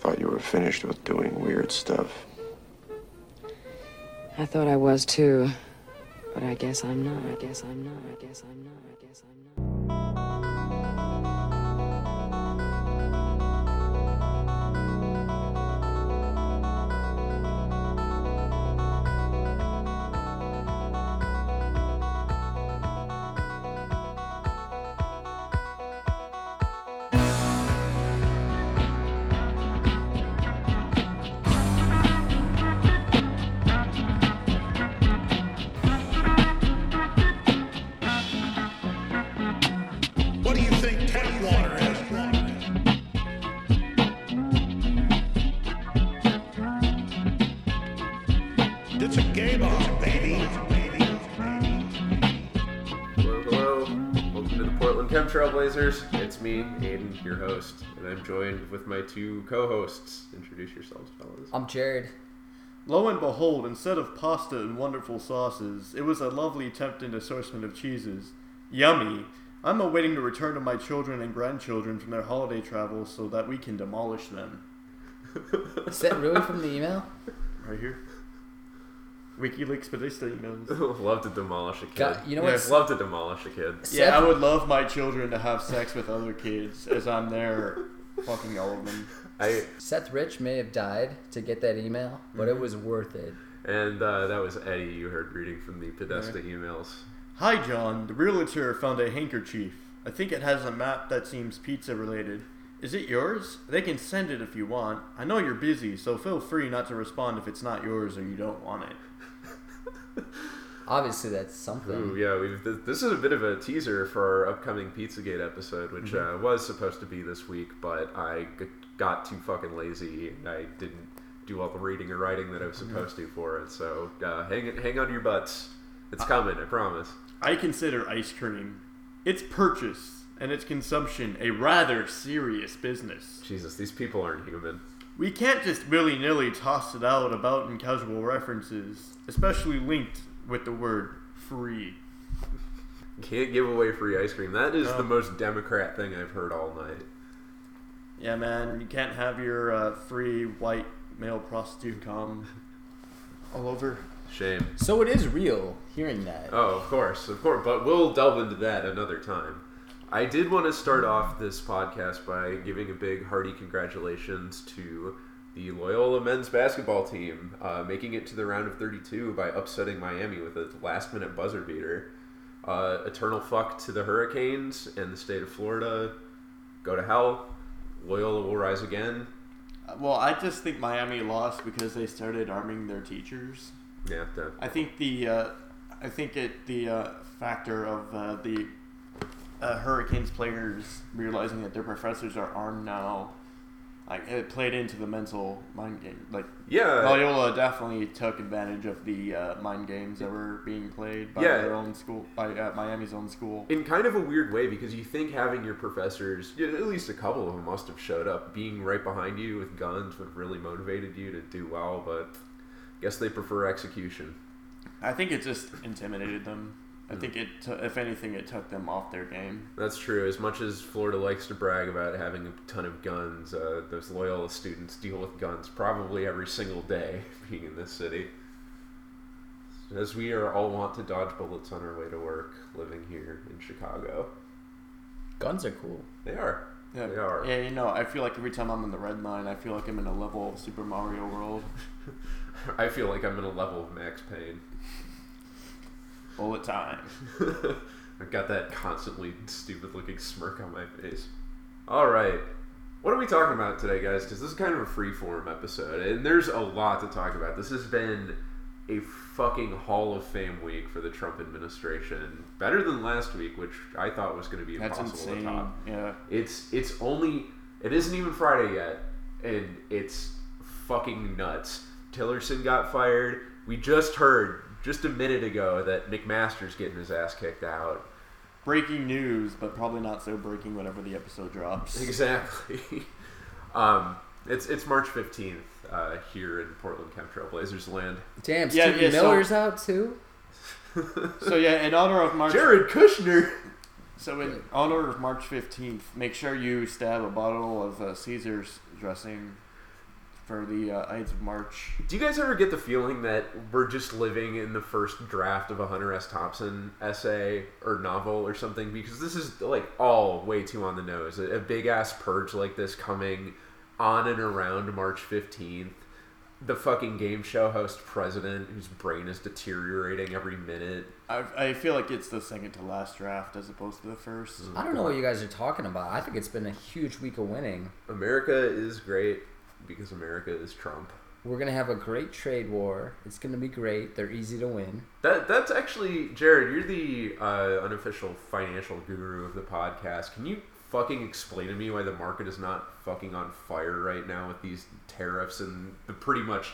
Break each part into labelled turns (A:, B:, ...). A: Thought you were finished with doing weird stuff.
B: I thought I was too. But I guess I'm not. I guess I'm not. I guess I'm not. I guess I'm not.
C: What do you think tap water is? It's a gay bar, baby.
D: Hello, hello. Welcome to the Portland Chem Trailblazers. It's me, Aiden, your host, and I'm joined with my two co-hosts. Introduce yourselves, fellas.
E: I'm Jared.
F: Lo and behold, instead of pasta and wonderful sauces, it was a lovely tempting assortment of cheeses. Yummy! I'm awaiting the return of my children and grandchildren from their holiday travels so that we can demolish them.
E: Is that really from the email?
F: Right here. WikiLeaks Batista emails.
D: love to demolish a kid.
E: God, you know
F: Yeah.
E: what's
D: love to demolish a kid.
F: Yeah, I
E: Seth-
F: would love my children to have sex with other kids as I'm there fucking all of them.
D: I
E: Seth Rich may have died to get that email, but it was worth it.
D: and uh, that was Eddie you heard reading from the Podesta emails.
F: Hi, John. The realtor found a handkerchief. I think it has a map that seems pizza related. Is it yours? They can send it if you want. I know you're busy, so feel free not to respond if it's not yours or you don't want it.
E: Obviously, that's something.
D: Ooh, yeah. We've, th- this is a bit of a teaser for our upcoming PizzaGate episode, which uh, was supposed to be this week, but I g- got too fucking lazy. and I didn't do all the reading or writing that I was supposed to for it. So uh, hang hang on to your butts. It's coming, I promise.
F: I consider ice cream, its purchase and its consumption, a rather serious business.
D: Jesus, these people aren't human.
F: We can't just willy nilly toss it out about in casual references, especially linked with the word free.
D: Can't give away free ice cream. That is
F: No.
D: the most Democrat thing I've heard all night.
F: Yeah, man, you can't have your uh, free white male prostitute come all over.
D: Shame.
E: So it is real. Hearing that,
D: Oh, of course, of course. But we'll delve into that another time. I did want to start off this podcast by giving a big hearty congratulations to the Loyola men's basketball team, uh, making it to the round of 32 by upsetting Miami with a last minute buzzer beater. Uh, eternal fuck to the Hurricanes and the state of Florida. Go to hell. Loyola will rise again.
F: Well, I just think Miami lost because they started arming their teachers.
D: Yeah, the-
F: I think the uh, I think it the uh, factor of uh, the uh, Hurricanes players realizing that their professors are armed now, like it played into the mental mind game. Like
D: yeah.
F: Loyola definitely took advantage of the uh, mind games that were being played by
D: Yeah.
F: their own school, by uh, Miami's own school.
D: in kind of a weird way because you think having your professors yeah, at least a couple of them must have showed up being right behind you with guns would have really motivated you to do well but I guess they prefer execution
F: I think it just intimidated them.
D: Hmm.
F: I think it, t- if anything, it took them off their game.
D: that's true as much as florida likes to brag about having a ton of guns uh, those loyola students deal with guns probably every single day being in this city as we are all want to dodge bullets on our way to work living here in chicago
E: guns are cool.
D: they are
F: Yeah,
D: they are
F: Yeah, you know, I feel like every time I'm in the red line, I feel like I'm in a level of Super Mario World.
D: i feel like i'm in a level of max payne
F: Bullet time.
D: I've got that constantly stupid looking smirk on my face. All right. What are we talking about today, guys? Because this is kind of a freeform episode, and there's a lot to talk about. This has been a fucking Hall of Fame week for the Trump administration. Better than last week, which I thought was going to be
F: That's
D: impossible to
F: insane.
D: top.
F: Yeah.
D: It's it's only it isn't even Friday yet, and it's fucking nuts. Tillerson got fired. We just heard just a minute ago that McMaster's getting his ass kicked out.
F: Breaking news, but probably not so breaking whenever the episode drops.
D: Exactly. um, it's it's March fifteenth uh, here in Portland Chemtrail Blazers land.
E: Damn,
F: Yeah,
E: Stevie
F: yeah, so-
E: Miller's out too.
F: So yeah, in honor of March
D: Jared Kushner.
F: so in honor of March 15th, make sure you stab a bottle of uh, Caesar's dressing for the uh, Ides of March.
D: Do you guys ever get the feeling that we're just living in the first draft of a Hunter S. Thompson essay or novel or something? Because this is like all way too on the nose. A, a big ass purge like this coming on and around March 15th. The fucking game show host president whose brain is deteriorating every minute.
F: I, I feel like it's the second to last draft as opposed to the first.
E: I don't know what you guys are talking about. I think it's been a huge week of winning.
D: America is great because America is Trump.
E: We're gonna have a great trade war. It's gonna be great. They're easy to win.
D: That that's actually Jared. You're the uh, unofficial financial guru of the podcast. Can you fucking explain to me why the market is not fucking on fire right now with these tariffs and the pretty much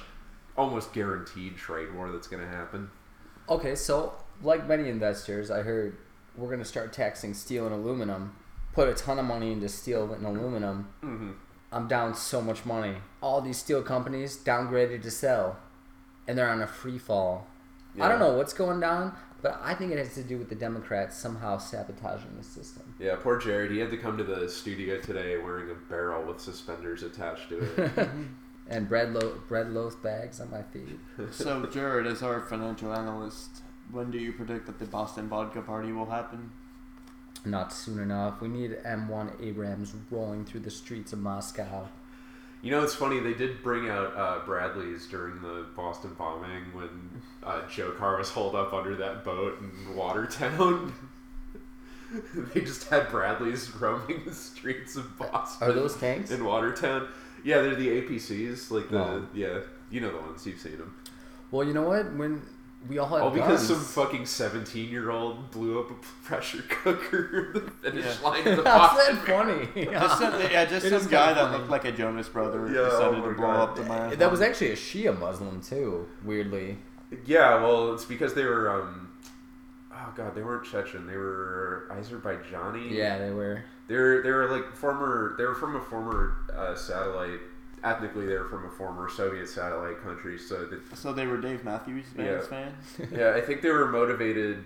D: almost guaranteed trade war that's going to happen?
E: Okay, so like many investors, I heard we're gonna start taxing steel and aluminum. Put a ton of money into steel and aluminum.
D: Mm-hmm.
E: I'm down so much money. All these steel companies downgraded to sell, and they're on a free fall. I don't
D: Yeah.
E: know what's going down, but I think it has to do with the Democrats somehow sabotaging the system.
D: Yeah, poor Jared. He had to come to the studio today wearing a barrel with suspenders attached to it.
E: And bread lo- bread loaf bags on my feet.
F: so, Jared, as our financial analyst, when do you predict that the Boston Vodka Party will happen?
E: Not soon enough. We need M1 Abrams rolling through the streets of Moscow.
D: You know, it's funny. They did bring out uh, Bradley's during the Boston bombing when uh, Joe Carr was holed up under that boat in Watertown. they just had Bradley's roaming the streets of Boston.
E: Are those tanks?
D: in Watertown? Yeah, they're the APCs, like the
E: Oh.
D: yeah. You know the ones you've seen them.
E: Well, you know what? When we all have
D: All because some
E: guns-
D: fucking seventeen-year-old blew up a pressure cooker in the finish
F: Yeah.
D: line of the
E: That's
D: Boston.
E: that funny.
F: Just some, yeah, just
E: It is
F: some guy
E: kinda
F: that
E: funny.
F: looked like a Jonas brother
D: Yeah, oh
F: decided
D: my
F: to blow
D: God.
F: up the marathon.
E: That was actually a Shia Muslim too. Weirdly,
D: Yeah, well, it's because they were. Um, oh god, they weren't Chechen. They were Azerbaijani.
E: yeah, they were.
D: they're they're like former. They were from a former uh, satellite. Ethnically, they were from a former Soviet satellite country. So the,
F: So they were Dave Matthews
D: Yeah.
F: Band's fans.
D: yeah, I think they were motivated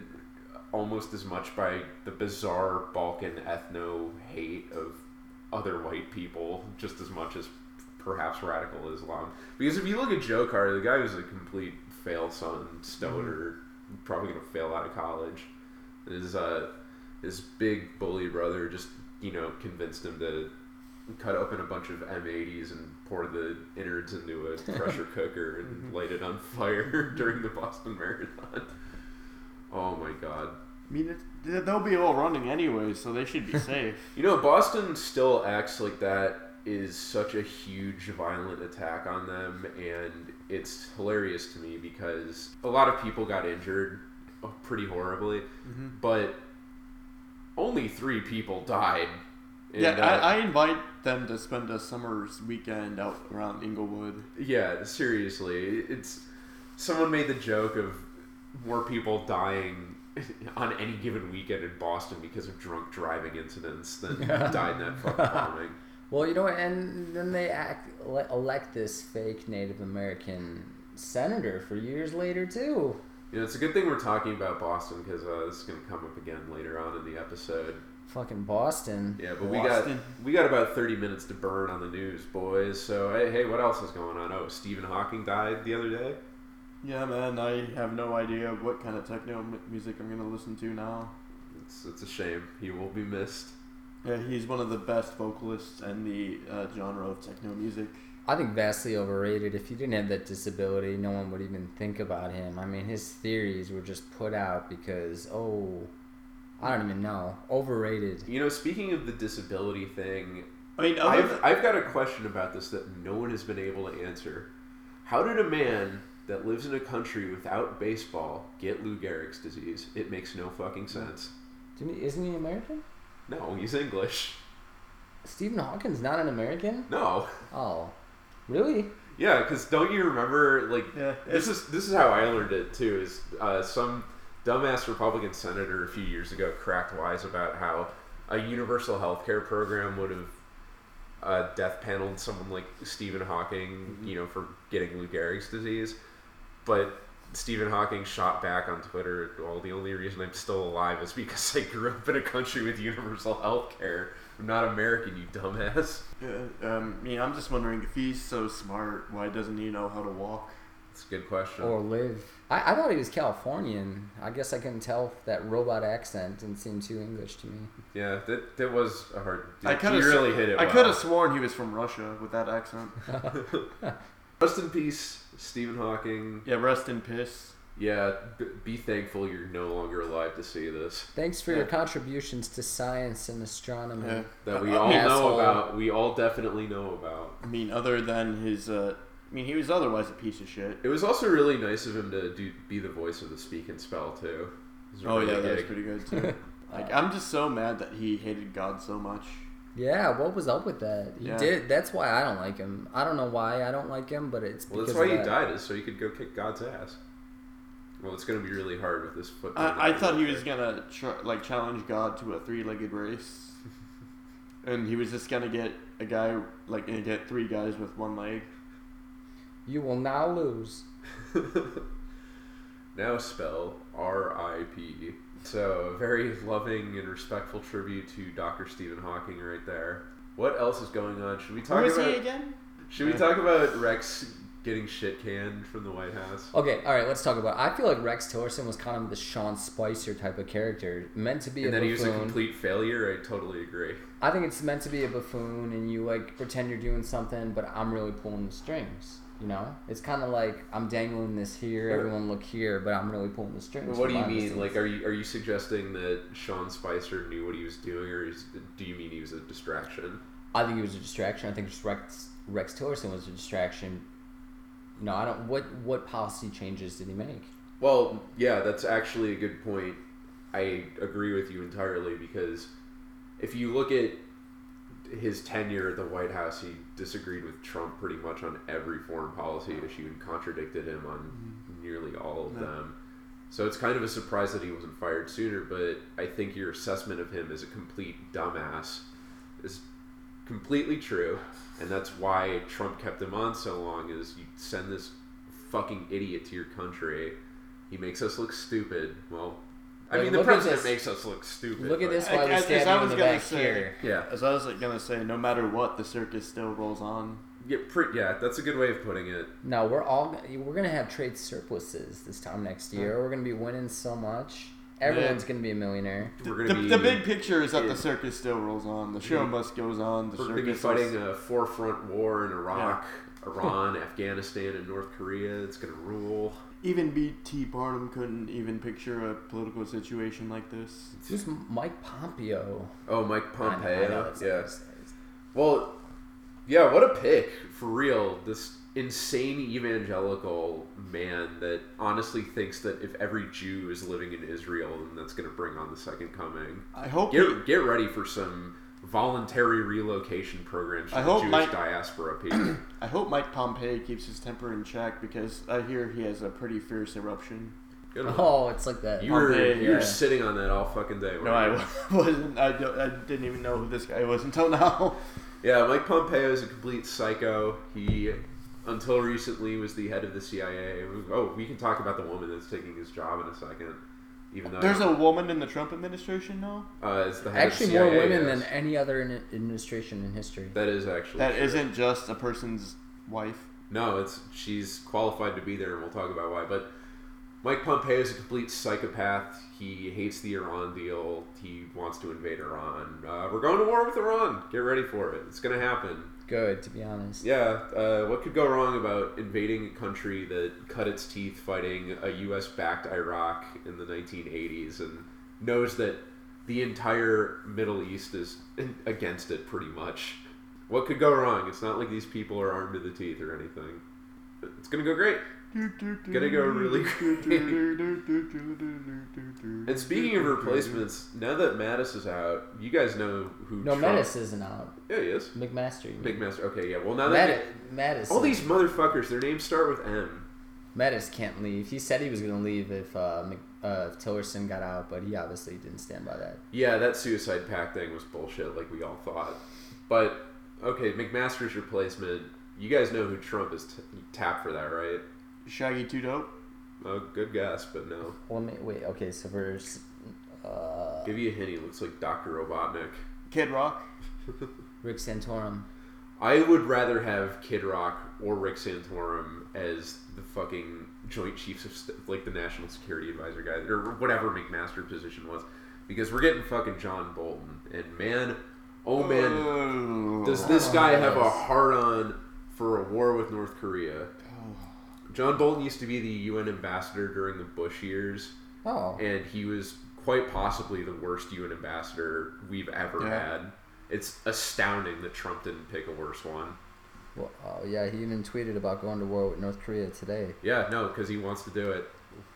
D: almost as much by the bizarre Balkan ethno hate of other white people, just as much as perhaps radical Islam. Because if you look at Joe Carter, the guy was a complete fail son, stoner, probably gonna fail out of college. His uh, his big bully brother just you know convinced him to cut open a bunch of M80s and pour the innards into a pressure cooker and
F: Mm-hmm.
D: light it on fire during the Boston Marathon. Oh my god.
F: I mean, it, th- they'll be all running anyway, so they should be safe.
D: You know, Boston still acts like that is such a huge violent attack on them and it's hilarious to me because a lot of people got injured uh, pretty horribly,
F: Mm-hmm.
D: but only 3 people died. in
F: yeah,
D: that-
F: I, I invite them to spend a summer's weekend out around Inglewood.
D: Yeah, seriously. It's someone made the joke of more people dying on any given weekend in Boston because of drunk driving incidents than died in that fucking bombing.
E: Well, you know, what? and then they act ele- elect this fake Native American senator for years later too.
D: You know, it's a good thing we're talking about Boston because uh, this is going to come up again later on in the episode.
E: Fucking Boston.
D: Yeah, but we
F: Boston.
D: got we got about thirty minutes to burn on the news, boys. So hey, hey, what else is going on? Oh, Stephen Hawking died the other day.
F: Yeah, man, I have no idea what kind of techno m- music I'm gonna listen to now.
D: It's it's a shame. He will be missed.
F: Yeah, he's one of the best vocalists in the uh, genre of techno music.
E: I think vastly overrated. If he didn't have that disability, no one would even think about him. I mean, his theories were just put out because oh, I don't even know. Overrated.
D: You know, speaking of the disability thing,
F: I mean, other
D: I've,
F: than-
D: I've got a question about this that no one has been able to answer. How did a man that lives in a country without baseball get Lou Gehrig's disease? It makes no fucking sense.
E: Didn't he- Isn't he American?
D: No, he's English.
E: Stephen Hawking's not an American?
D: No.
E: Oh, really?
D: Yeah, because don't you remember? Like
F: Yeah,
D: this is this is how I learned it too. Is uh, some dumbass Republican senator a few years ago cracked wise about how a universal health care program would have uh, death paneled someone like Stephen Hawking, you know, for getting Lou Gehrig's disease, but. Stephen Hawking shot back on Twitter. Well, the only reason I'm still alive is because I grew up in a country with universal health care. I'm not American, you dumbass.
F: Uh, um, yeah, I'm just wondering if he's so smart, why doesn't he know how to walk?
D: It's a good question.
E: or live. I, I thought he was Californian. I guess I couldn't tell that robot accent didn't seem too English to me.
D: yeah, that that was a hard.
F: I
D: he
F: could have
D: really hit it.
F: I
D: well.
F: could have sworn he was from Russia with that accent.
D: Rest in peace, Stephen Hawking.
F: yeah, rest in piss.
D: Yeah, b- be thankful you're no longer alive to see this.
E: Thanks for your
F: Yeah.
E: contributions to science and astronomy.
F: Yeah.
D: That we
F: I
D: all
F: mean,
D: know
E: asshole.
D: about. We all definitely know about.
F: I mean, other than his, uh, I mean, he was otherwise a piece of shit.
D: It was also really nice of him to do be the voice of the speak and spell too. It was a
F: Oh
D: really
F: yeah, that was
D: gig.
F: pretty good too. like, I'm just so mad that he hated God so much.
E: Yeah, what was up with that? He
F: Yeah.
E: did. That's why I don't like him. I don't know why I don't like him, but it's
D: Well,
E: because
D: that's why
E: of
D: he
E: that.
D: died is so he could go kick God's ass. Well, it's going to be really hard with this foot.
F: I, I thought he was gonna tr- like challenge God to a three-legged race, and he was just gonna get a guy like gonna get three guys with one leg.
E: You will now lose.
D: now spell R.I.P. E. So a very loving and respectful tribute to Dr. Stephen Hawking right there. What else is going on? Should we talk
F: Who is
D: about?
F: he again?
D: Should we talk about Rex getting shit canned from the White House?
E: Okay, all right, let's talk about. I feel like Rex Tillerson was kind of the Sean Spicer type of character, meant to be
D: and
E: a
D: then he was a
E: buffoon.
D: complete failure. I totally agree.
E: I think it's meant to be a buffoon, and you like pretend you're doing something, but I'm really pulling the strings. You know, it's kind of like I'm dangling this here.
D: What-
E: Everyone look here, but I'm really pulling the strings.
D: Well, what do you
E: behind the
D: mean? Like,
E: scenes.
D: are you are you suggesting that Sean Spicer knew what he was doing, or is, do you mean he was a distraction?
E: I think it was a distraction. I think just Rex Rex Tillerson was a distraction. You know, I don't. What what policy changes did he make?
D: Well, yeah, that's actually a good point. I agree with you entirely because if you look at his tenure at the White House, he disagreed with Trump pretty much on every foreign policy issue and contradicted him on
E: Mm-hmm.
D: nearly all of them. So it's kind of a surprise that he wasn't fired sooner, but I think your assessment of him as a complete dumbass is completely true, and that's why Trump kept him on so long. Is you send this fucking idiot to your country, he makes us look stupid. Well, I
E: Like,
D: mean the
E: look at
D: president
E: this.
D: makes us look stupid.
E: Look at
D: but-
E: this while we
F: As- as
E: stab
F: I
E: you in
F: was
E: the
F: gonna
E: back
F: say-
E: here.
D: Yeah,
F: As I was like, gonna say, no matter what, the circus still rolls on.
D: yeah, pre- yeah. That's a good way of putting it.
E: No, we're all we're gonna have trade surpluses this time
D: Hmm.
E: next year. We're gonna be winning so much. Everyone's gonna be a millionaire.
D: We're
F: The,
D: gonna be
F: the big picture is that
D: Yeah.
F: the circus still rolls on. The show must goes on. The
D: we're gonna
F: circus
D: be
F: is-
D: fighting a four front war in Iraq, Iran, Afghanistan, and North Korea. It's gonna rule.
F: Even B.T. Barnum couldn't even picture a political situation like this.
E: Who's Mike Pompeo?
D: Oh, Mike
E: I know- I know
D: Pompeo.
E: that's not
D: Yeah.
E: his name.
D: Well, yeah. What a pick for real. This insane evangelical man that honestly thinks that if every Jew is living in Israel, then that's gonna bring on the second coming.
F: I hope. he-
D: Get get ready for some voluntary relocation programs for
F: I
D: the
F: hope
D: Jewish
F: Mike-
D: diaspora people.
F: I hope Mike Pompeo keeps his temper in check because I hear he has a pretty fierce eruption.
D: Good one.
E: Oh, it's like that.
D: you were
F: Pompeo,
D: you were
F: yeah.
D: sitting on that all fucking day. weren't
F: No, I
D: you?
F: wasn't. I, don't- I didn't even know who this guy was until now.
D: Yeah, Mike Pompeo is a complete psycho. He, until recently, was the head of the CIA. Oh, we can talk about the woman that's taking his job in a second. Even though
F: There's a woman in the Trump administration now
D: uh, is the head of
E: Actually,
D: CIA,
E: more women
D: yes.
E: than any other in administration in history.
D: that is actually
F: that
D: true.
F: isn't just a person's wife.
D: No, it's she's qualified to be there, and we'll talk about why. But Mike Pompeo is a complete psychopath. He hates the Iran deal. He wants to invade Iran. Uh, we're going to war with Iran. Get ready for it. It's gonna happen.
E: Good, to be honest.
D: Yeah. Uh, what could go wrong about invading a country that cut its teeth fighting a U.S.-backed Iraq in the 1980s and knows that the entire Middle East is against it pretty much? What could go wrong? It's not like these people are armed to the teeth or anything. It's gonna go great. Gonna go really And speaking of replacements, now that Mattis is out, you guys know who.
E: No,
D: Trump-
E: Mattis isn't out.
D: Yeah, he is.
E: McMaster. you mean.
D: McMaster. Okay, yeah. Well, now that
E: Mattis, Mattis,
D: all these motherfuckers, their names start with M.
E: Mattis can't leave. He said he was going to leave if, uh, Mc, uh, if Tillerson got out, but he obviously didn't stand by that.
D: Yeah, that suicide pact thing was bullshit, like we all thought. But okay, McMaster's replacement. You guys know who Trump is t- tapped for that, right?
F: Shaggy Two Dope.
D: Oh, good guess, but no.
E: Well, let me, wait, okay, so for s- uh,
D: Give you a hint. He looks like Doctor Robotnik.
F: Kid Rock.
E: Rick Santorum.
D: I would rather have Kid Rock or Rick Santorum as the fucking Joint Chiefs of St- like the National Security Advisor guy or whatever McMaster position was, because we're getting fucking John Bolton and man, oh man, does this guy have a hard on for a war with North Korea? John Bolton used to be the UN ambassador during the Bush years,
E: Oh,
D: and he was quite possibly the worst UN ambassador we've ever
F: Yeah.
D: had. It's astounding that Trump didn't pick a worse one.
E: well, oh yeah. He even tweeted about going to war with North Korea today.
D: Yeah, no, because he wants to do it.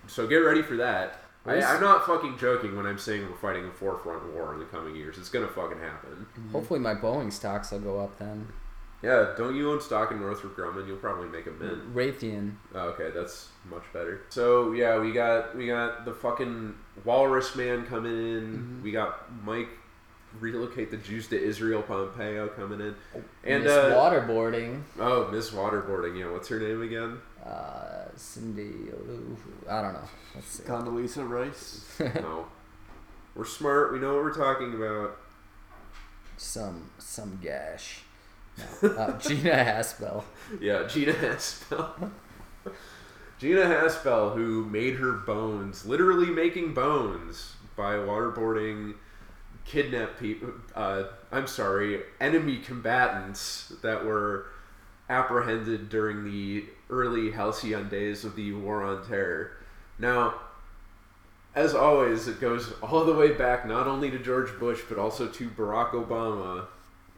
D: So get ready for that. I,
E: Well,
D: I'm not fucking joking when I'm saying we're fighting a forefront war in the coming years. It's gonna fucking happen.
E: Hopefully, my Boeing stocks will go up then.
D: Yeah, don't you own stock in Northrop Grumman? You'll probably make a mint.
E: Raytheon.
D: Oh, okay, that's much better. So yeah, we got we got the fucking Walrus Man coming in. We got Mike relocate the Jews to Israel. Pompeo coming in, and
E: Miss
D: uh,
E: waterboarding.
D: oh, Miss Waterboarding. Yeah, what's her name again?
E: Uh, Cindy. Lou- I don't know. Let's see.
F: Condoleezza Rice.
D: no, we're smart. We know what we're talking about.
E: Some some gash. No, uh, Gina Haspel.
D: Yeah, Gina Haspel. Gina Haspel, who made her bones, literally making bones by waterboarding, kidnapped people. Uh, I'm sorry, enemy combatants that were apprehended during the early halcyon days of the War on Terror. Now, as always, it goes all the way back not only to George Bush but also to Barack Obama.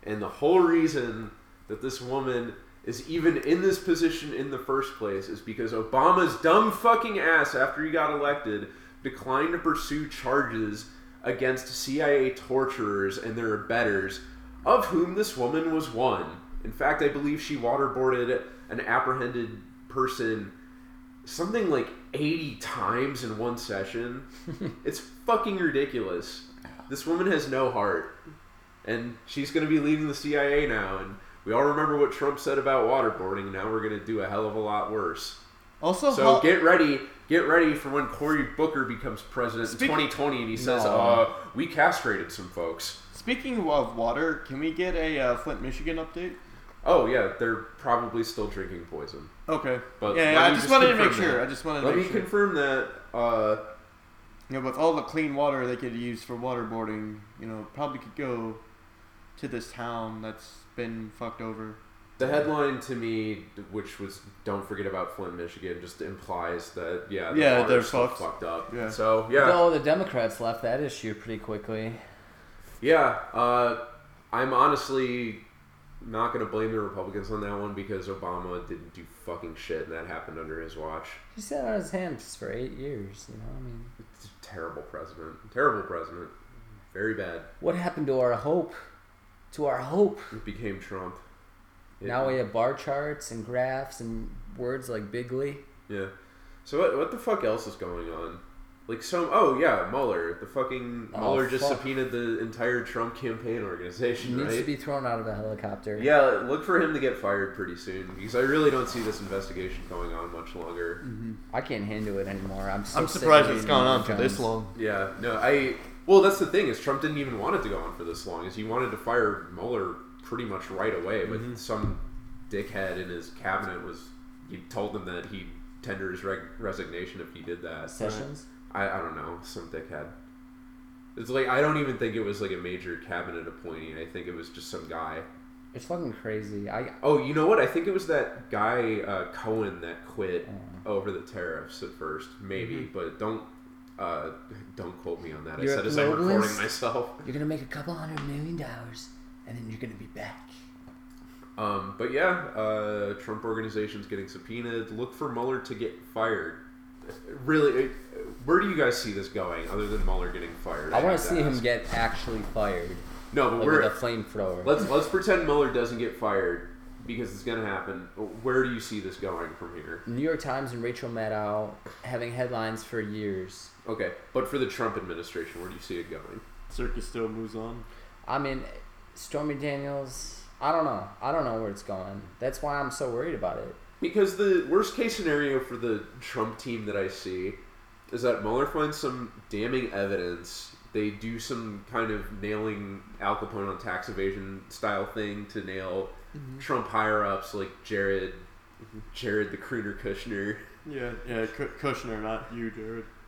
D: And the whole reason that this woman is even in this position in the first place is because Obama's dumb fucking ass, after he got elected, declined to pursue charges against CIA torturers and their abettors, of whom this woman was one. In fact, I believe she waterboarded an apprehended person something like 80 times in one session. it's fucking ridiculous. This woman has no heart. And she's going to be leaving the CIA now. And we all remember what Trump said about waterboarding. Now we're going to do a hell of a lot worse.
F: Also,
D: So
F: Hol-
D: get ready. Get ready for when Cory Booker becomes president
F: Speak-
D: in 2020 and he says,
E: No.
D: uh, we castrated some folks.
F: speaking of water, can we get a uh, Flint, Michigan update?
D: Oh, yeah, they're probably still drinking poison.
F: Okay.
D: But
F: yeah,
D: let
F: yeah, I
D: me
F: just
D: just
F: wanted to make
D: confirm
F: sure.
D: that.
F: I just wanted to
D: Let me
F: make sure.
D: confirm that. Uh,
F: you know, with all the clean water they could use for waterboarding, you know, probably could go to this town that's been fucked over.
D: The headline to me, which was "Don't forget about Flint, Michigan," just implies that yeah, the
F: Yeah,
D: water's
F: they're
D: still
F: fucked.
D: up.
F: Yeah.
D: So yeah,
E: Though the Democrats left that issue pretty quickly.
D: yeah. Uh, I'm honestly not gonna blame the Republicans on that one because Obama didn't do fucking shit, and that happened under his watch.
E: He sat on his hands for eight years. You know, I mean,
D: It's a terrible president. Terrible president. Very bad.
E: what happened to our hope? To our hope.
D: It became Trump. Yeah.
E: Now we have bar charts and graphs and words like bigly.
D: Yeah. So what, what the fuck else is going on? Like some oh yeah Mueller the fucking
E: Oh,
D: Mueller just
E: fuck.
D: subpoenaed the entire Trump campaign
E: He
D: organization
E: needs to
D: right
E: be thrown out of a helicopter.
D: yeah look for him to get fired pretty soon because I really don't see this investigation going on much longer
E: I can't handle it anymore. I'm. So
F: I'm
E: sick of
F: surprised it's
E: reading
F: gone on
E: Indiana
F: for this
E: Jones.
F: long.
D: yeah no I well that's the thing is Trump didn't even want it to go on for this long is he wanted to fire Mueller pretty much right away but
E: Mm-hmm.
D: some dickhead in his cabinet was he told him that he'd tender his reg- resignation if he did that
E: Sessions.
D: I, I don't know, some dickhead. It's like I don't even think it was like a major cabinet appointee. I think it was just some guy.
E: It's fucking crazy. I
D: Oh, you know what? I think it was that guy uh, Cohen that quit
E: Mm.
D: over the tariffs at first, maybe. But don't uh, don't quote me on that.
E: Mm-hmm. You're
D: I
E: a
D: said as I'm recording
E: globalist?
D: myself.
E: You're gonna make a couple hundred million dollars, and then you're gonna be back.
D: Um, but yeah, uh, Trump organization's getting subpoenaed. Look for Mueller to get fired. Really, uh, where do you guys see this going? Other than Mueller getting fired,
E: I want
D: have
E: to see him
D: ask.
E: get actually fired,
D: No, but
E: like
D: we're
E: with a flamethrower.
D: Let's let's pretend Mueller doesn't get fired because it's going to happen. Where do you see this going from here?
E: New York Times and Rachel Maddow having headlines for years.
D: Okay, but for the Trump administration, where do you see it going?
F: Circus still moves on.
E: I mean, Stormy Daniels. I don't know. I don't know where it's going. That's why I'm so worried about it.
D: Because the worst case scenario for the Trump team that I see is that Mueller finds some damning evidence They do some kind of nailing Al Capone on tax evasion style thing to nail Trump higher ups like Jared, Jared the crooner Kushner.
F: Yeah, yeah, K- Kushner, not you,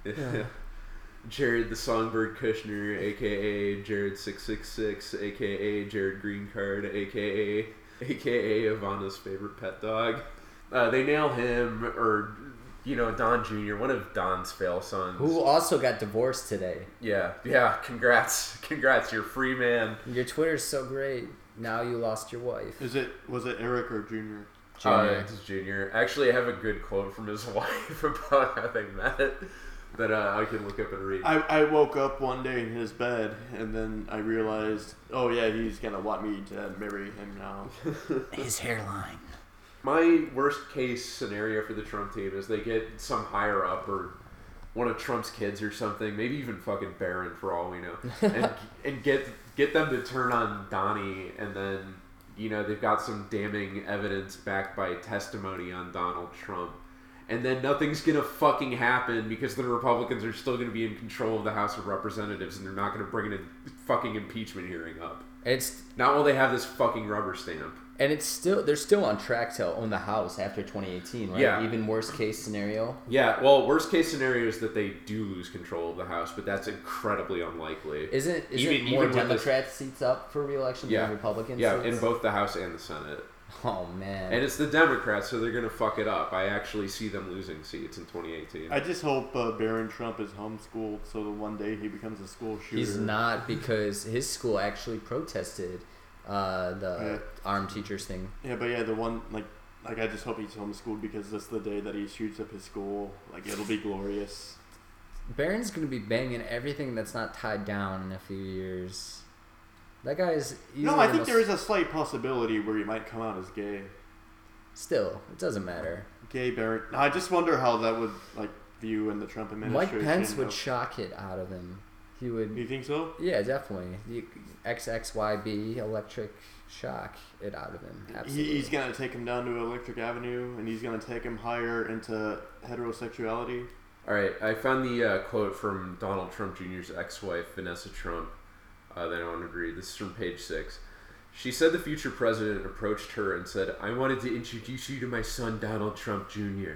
F: Jared.
D: Jared the Songbird Kushner, aka Jared six six six, aka Jared Green Card, aka aka Ivana's favorite pet dog. Uh, they nail him, or you know Don Jr., one of Don's fail sons.
E: Who also got divorced today.
D: Yeah, yeah. Congrats, congrats. You're a free man.
E: Your Twitter's so great. Now you lost your wife.
F: Is it was it Eric or Junior?
D: Uh, it's Junior. Actually, I have a good quote from his wife about how they met that uh, I can look up and read.
F: I, I woke up one day in his bed and then I realized, oh yeah, he's gonna want me to marry him now.
E: His hairline.
D: My worst case scenario for the Trump team is they get some higher up or one of Trump's kids or something, maybe even fucking Barron for all we know, and, and get get them to turn on Donnie, and then you know they've got some damning evidence backed by testimony on Donald Trump, and then nothing's gonna fucking happen because the Republicans are still gonna be in control of the House of Representatives, and they're not gonna bring a fucking impeachment hearing up.
E: It's
D: Not while they have this fucking rubber stamp.
E: and it's still they're still on track to own the house after 2018, right?
D: Yeah.
E: Even worst case scenario.
D: Yeah, well, worst case scenario is that they do lose control of the House, but that's incredibly unlikely.
E: Isn't is
D: Even-
E: it more
D: even with this-
E: Democrat seats up for reelection
D: yeah,
E: than Republicans?
D: Yeah,
E: seats?
D: in both the House and the Senate.
E: Oh man.
D: And it's the Democrats, so they're going to fuck it up. I actually see them losing seats in 2018.
F: I just hope uh, Barron Trump is homeschooled so that one day he becomes a school shooter.
E: He's not because his school actually protested uh, the armed teachers thing.
F: Yeah, but yeah, the one like like I just hope he's homeschooled because that's the day that he shoots up his school. Like it'll be glorious.
E: Barron's gonna be banging everything that's not tied down in a few years. That guy is.
F: no, I think there is a slight possibility where he might come out as gay.
E: Still, it doesn't matter.
F: Gay Barron. I just wonder how that would like view in the Trump
E: Mike
F: administration.
E: Pence would
F: How-
E: shock it out of him. He
F: you
E: would.
F: think so?
E: Yeah, definitely. The XXYB electric shock it out of him. Absolutely.
F: He, he's gonna take him down to Electric Avenue, and he's gonna take him higher into heterosexuality.
D: All right, I found the uh, quote from Donald Trump Jr.'s ex wife, Vanessa Trump, uh, that I wanted to read. This is from page six. She said the future president approached her and said, I wanted to introduce you to my son, Donald Trump Jr.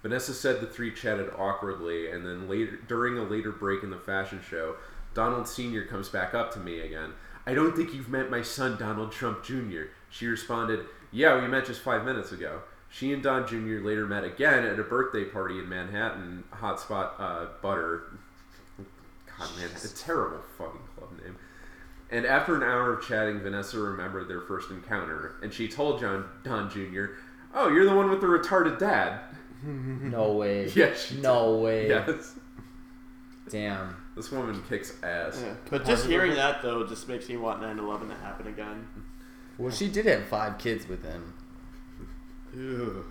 D: Vanessa said the three chatted awkwardly, and then later, during a later break in the fashion show, Donald Sr. comes back up to me again. I don't think you've met my son, Donald Trump Jr. She responded, Yeah, we met just five minutes ago. She and Don Jr. later met again at a birthday party in Manhattan, hotspot uh, Butter. God, man, it's a terrible fucking club name. And after an hour of chatting, Vanessa remembered their first encounter, and she told John Don Jr., "Oh, you're the one with the retarded dad."
E: No way.
D: Yeah, she
E: no way.
D: Yes,
E: Damn.
D: this woman kicks ass.
F: But just hearing that though just makes me want 9/11 to happen again.
E: Well, she did have five kids with him.
D: You're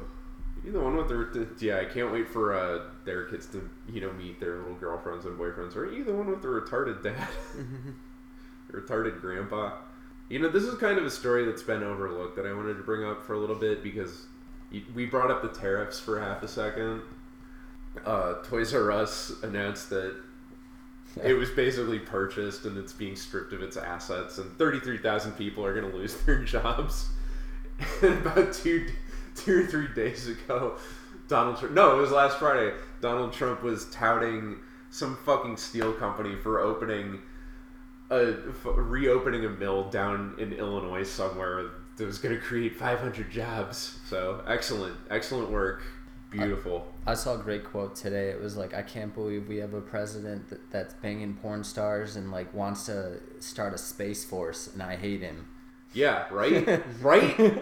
D: the one with the ret- yeah. I can't wait for uh, their kids to you know meet their little girlfriends and boyfriends. Are you the one with the retarded dad? retarded grandpa. You know, this is kind of a story that's been overlooked that I wanted to bring up for a little bit because y- we brought up the tariffs for half a second. Uh, Toys R Us announced that it was basically purchased and it's being stripped of its assets, and 33,000 people are going to lose their jobs. And about two, two or three days ago, Donald Trump, no, it was last Friday, Donald Trump was touting some fucking steel company for opening a f- reopening a mill down in Illinois somewhere that was going to create 500 jobs. So excellent, excellent work, beautiful.
E: I saw a great quote today. It was like, I can't believe we have a president that, that's banging porn stars and like wants to start a space force, and I hate him.
D: yeah, right, right.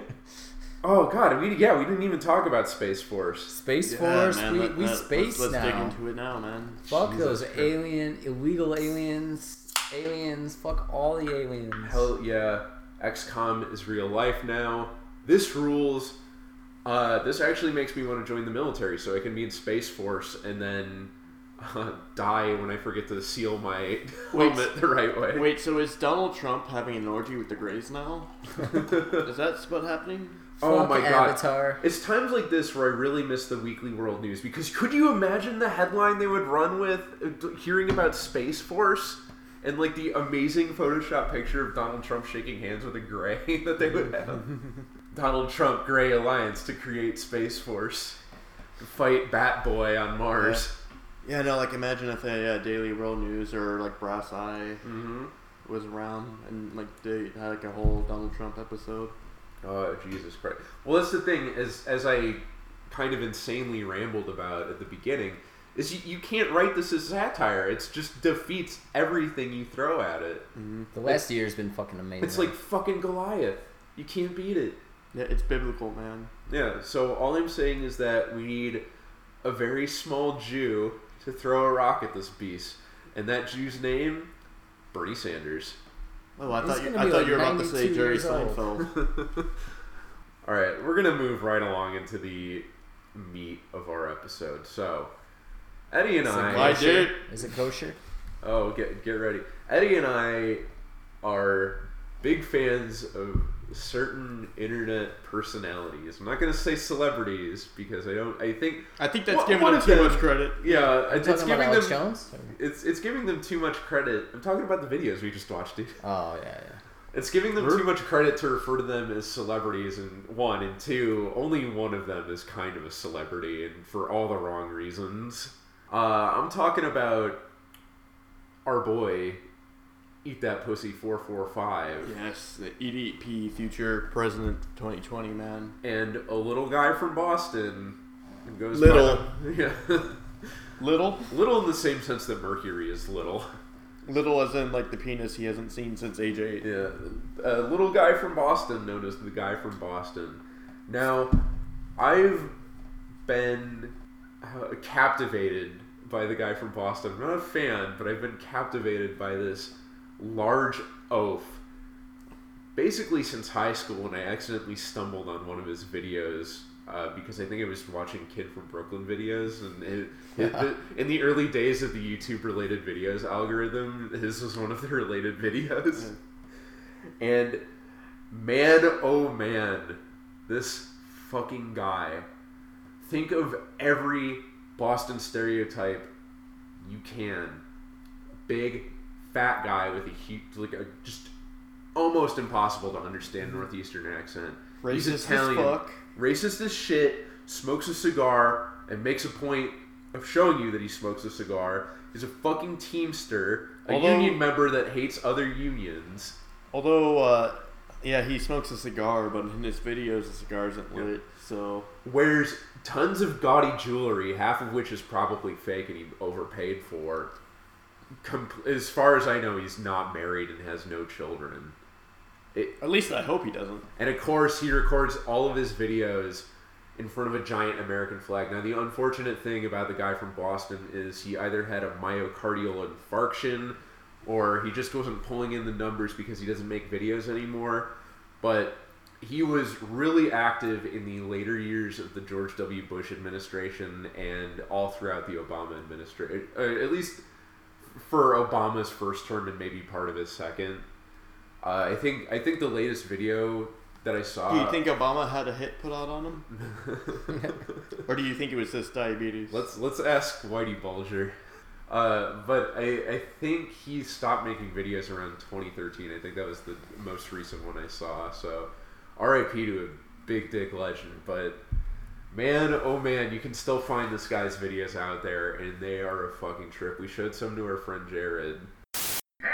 D: Oh god, we yeah we didn't even talk about Space Force.
E: Space
F: Yeah,
E: force,
F: man,
E: we,
F: let-
E: we
F: let-
E: space
F: Let's, let's
E: now.
F: dig into it now, man.
E: fuck those alien, illegal aliens, aliens. Fuck all the aliens.
D: Hell yeah, XCOM is real life now. This rules. Uh, this actually makes me want to join the military so I can be in Space Force and then uh, die when I forget to seal my helmet the right way.
F: Wait, so is Donald Trump having an orgy with the Greys now? is that what's happening?
D: Oh
E: Fuck
D: my
E: Avatar.
D: god. It's times like this where I really miss the weekly world news because could you imagine the headline they would run with uh, hearing about Space Force and like the amazing Photoshop picture of Donald Trump shaking hands with a gray that they would have. Donald Trump Gray Alliance to create Space Force, to fight Bat Boy on Mars.
F: Yeah, no, like imagine if the uh, Daily World News or like Brass Eye
D: Mm-hmm.
F: was around and like they had like a whole Donald Trump episode.
D: Oh Jesus Christ! Well, that's the thing. As as I kind of insanely rambled about at the beginning, is you, you can't write this as satire. It's just defeats everything you throw at it.
E: The last year has been fucking amazing.
D: It's like fucking Goliath. You can't beat it.
F: Yeah, it's biblical, man.
D: Yeah. So all I'm saying is that we need a very small Jew to throw a rock at this beast, and that Jew's name, Bernie Sanders.
F: Oh, I
E: He's
F: thought you,
E: gonna
F: I
E: be,
F: thought
E: like,
F: you were about to say
E: 92
F: Jerry
E: years old.
F: Seinfeld.
D: All right, we're gonna move right along into the meat of our episode. So, Eddie and I,
F: I did.
E: is it kosher?
D: oh, get get ready. Eddie and I are big fans of certain internet personalities. I'm not gonna say celebrities because I don't. I think
F: I think that's
D: What-
F: giving
D: what
F: them
D: if
F: too
D: the-
F: much credit.
D: yeah, it's, it's
E: Talking about
D: giving
E: Alex
D: them
E: Jones? Or-
D: it's it's giving them too much credit. I'm talking about the videos we just watched, dude.
E: Oh yeah, yeah.
D: It's giving them too much credit to refer to them as celebrities, and one and two, only one of them is kind of a celebrity, and for all the wrong reasons. Uh, I'm talking about our boy, eat that pussy four four five,
F: Yes, the EDP future president 2020 man.
D: and a little guy from Boston who goes
F: Little.
D: by the- yeah,
F: Little,
D: little in the same sense that Mercury is little.
F: little as in like the penis he hasn't seen since age eight.
D: Yeah, a little guy from Boston known as the guy from Boston. Now, I've been uh, captivated by the guy from Boston. I'm not a fan, but I've been captivated by this large oaf. Basically, since high school, when I accidentally stumbled on one of his videos. Uh, because I think I was watching Kid from Brooklyn videos, and it, it- the- in the early days of the YouTube-related videos algorithm, his was one of the related videos. And man, oh man, this fucking guy. Think of every Boston stereotype you can. Big, fat guy with a huge, like a just almost impossible to understand Northeastern accent.
F: Racist as fuck.
D: Racist as shit. Smokes a cigar and makes a point of showing you that he smokes a cigar. He's a fucking teamster, a
F: Although-
D: union member that hates other unions.
F: Although, uh, yeah, he smokes a cigar, but in his videos the cigar isn't lit. So
D: wears tons of gaudy jewelry, half of which is probably fake and he overpaid for. Com- as far as I know, he's not married and has no children.
F: at least I hope he doesn't.
D: And of course, he records all of his videos in front of a giant American flag. Now, the unfortunate thing about the guy from Boston is he either had a myocardial infarction or he just wasn't pulling in the numbers because he doesn't make videos anymore. But he was really active in the later years of the George W. Bush administration and all throughout the Obama administration, uh, at least for Obama's first term and maybe part of his second. Uh, I think I think the latest video that I saw.
F: Do you think Obama had a hit put out on him, or do you think it was just diabetes?
D: Let's let's ask Whitey Bulger. Uh, but I, I think he stopped making videos around 2013. I think that was the most recent one I saw. So, RIP to a big dick legend. But man, oh man, you can still find this guy's videos out there, and they are a fucking trip. We showed some to our friend Jared.
G: Hey,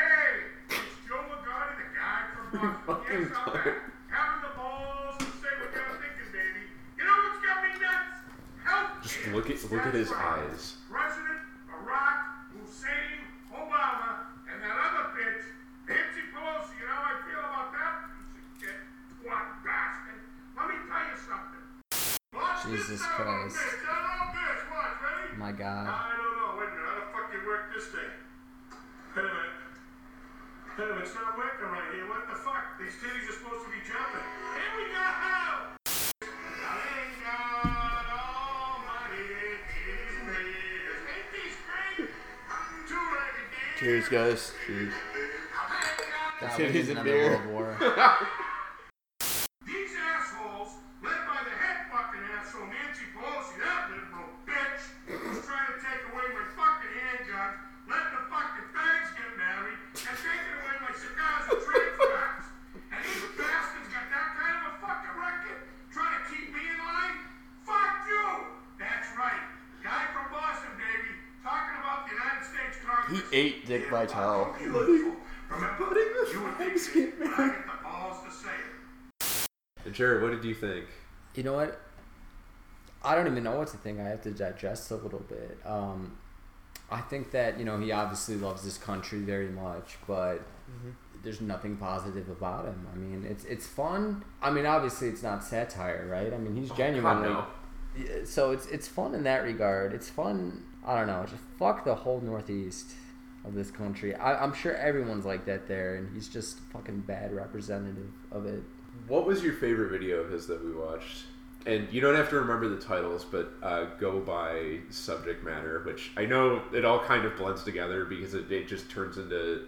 G: it's Joe McGarty, the guy from Boston. yes, I'm back. Having the balls to say what you're thinking, baby. You know what's got me nuts? Health
D: Just look at look at his eyes.
G: President Barack Hussein Obama and that other bitch, Nancy Pelosi. You know how I feel about that piece of shit, twat bastard. Let me tell you something. Watch
E: Jesus
G: this out on
E: Christ.
G: this, out on this. Watch, ready?
E: My God.
G: I don't know. Wait a minute. How the fuck you work this thing? Wait a minute. Wait a minute. It's not working right here. What the fuck? These titties are supposed to be jumping. Here we go. Darling God Almighty, it is me. Ain't these great? Two-legged deer.
F: Cheers, guys. Cheers.
E: That
F: it
E: we
F: is
E: need
F: a
E: another
F: beer.
E: World War.
G: These assholes, led by the head fucking asshole Nancy Pelosi, that liberal bitch, who's trying to take away my fucking handguns, let the fucking fags get married, and
F: He ate Dick Vitale.
G: Beautiful. Remember,
D: the
G: you were
D: facts get
G: thinking, but I got the balls to say it.
D: And Jared, what did you think?
E: You know what? I don't even know what to think. I have to digest a little bit. Um, I think that you know he obviously loves this country very much, but
F: Mm-hmm.
E: there's nothing positive about him. I mean, it's it's fun. I mean, obviously it's not satire, right? I mean,
F: Oh,
E: he's genuinely.
D: no.
E: Yeah, So it's it's fun in that regard. It's fun. I don't know. Just fuck the whole northeast of this country. I, I'm sure everyone's like that there, and he's just fucking bad representative of it.
D: What was your favorite video of his that we watched? And you don't have to remember the titles, but uh, go by subject matter, which I know it all kind of blends together because it, it just turns into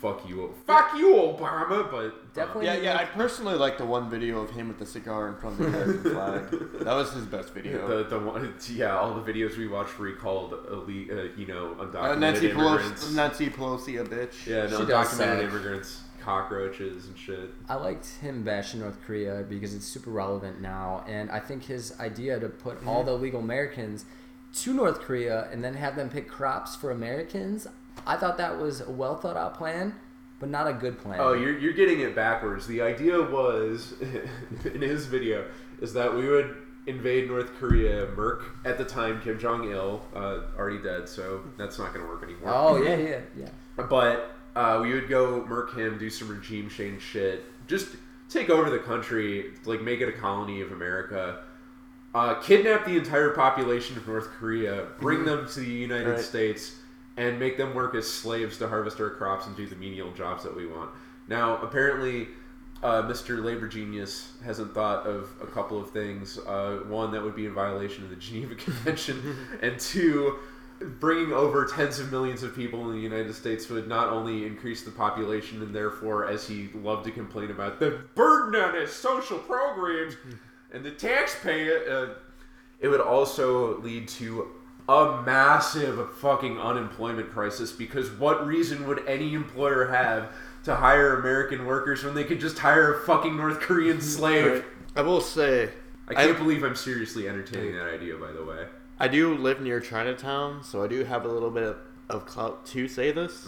D: "fuck you, O- fuck you, Obama." But um,
E: Definitely.
F: Yeah, yeah. I personally like the one video of him with the cigar in front of the American flag. That was his best video.
D: The, the one, yeah, all the videos we watched were called elite, uh, you know, undocumented
F: Uh, Nancy
D: immigrants.
F: Pelosi, Nancy Pelosi, a bitch.
D: yeah, no,
E: She does
D: undocumented
E: suck.
D: immigrants, cockroaches and shit.
E: I liked him bashing North Korea because it's super relevant now, and I think his idea to put
D: Mm-hmm.
E: all the illegal Americans to North Korea and then have them pick crops for Americans, I thought that was a well thought out plan, but not a good plan.
D: Oh, you're, you're getting it backwards. The idea was, in his video, is that we would invade North Korea. Merc, at the time, Kim Jong il, uh, already dead, so that's not going to work anymore.
E: Oh yeah, yeah, yeah.
D: But uh, we would go Merc him, do some regime change shit, just take over the country, like make it a colony of America. Uh, kidnap the entire population of North Korea, bring them to the United
F: Right.
D: States, and make them work as slaves to harvest our crops and do the menial jobs that we want. Now, apparently, uh, Mr. Labor Genius hasn't thought of a couple of things. Uh, one, that would be in violation of the Geneva Convention, and two, bringing over tens of millions of people in the United States would not only increase the population and therefore, as he loved to complain about, the burden on his social programs and the taxpayer. Uh, it would also lead to a massive fucking unemployment crisis because what reason would any employer have to hire American workers when they could just hire a fucking North Korean slave?
F: I will say,
D: I can't believe I'm seriously entertaining that idea, by the way.
F: I do live near Chinatown, so I do have a little bit of, of clout to say this.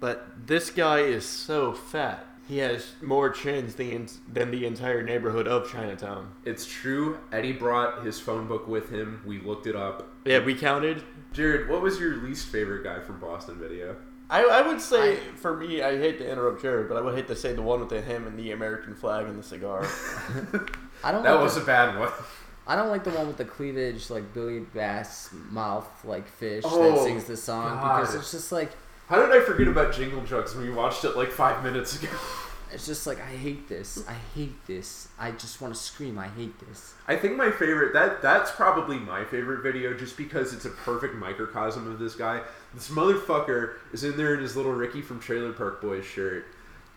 F: But this guy is so fat. He has more chins than, than the entire neighborhood of Chinatown.
D: It's true. Eddie brought his phone book with him. We looked it up.
F: Yeah, we counted.
D: Jared, what was your least favorite guy from Boston Video?
F: I, I would say, for me, I hate to interrupt Jared, but I would hate to say the one with the him and the American flag and the cigar.
E: I don't.
D: That
E: like
D: was
E: the,
D: a bad one.
E: I don't like the one with the cleavage, like Billy Bass mouth, like fish
D: Oh,
E: that sings the song because
D: God.
E: it's just like
D: How did I forget about Jingle Jugs when we watched it like five minutes ago?
E: it's just like I hate this. I hate this. I just want to scream. I hate this.
D: I think my favorite that that's probably my favorite video just because it's a perfect microcosm of this guy. This motherfucker is in there in his little Ricky from Trailer Park Boys shirt.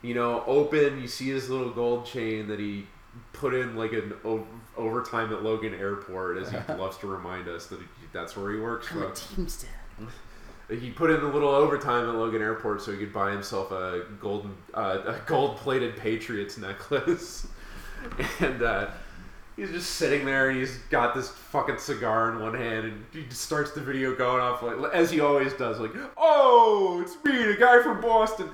D: You know, open, you see his little gold chain that he put in like an o- overtime at Logan Airport as he loves to remind us that he, that's where he works
E: I'm a
D: from.
E: teamster.
D: He put in a little overtime at Logan Airport so he could buy himself a golden, uh, a gold-plated Patriots necklace, and uh, he's just sitting there and he's got this fucking cigar in one hand and he just starts the video going off like as he always does, like, "Oh, it's me, the guy from Boston."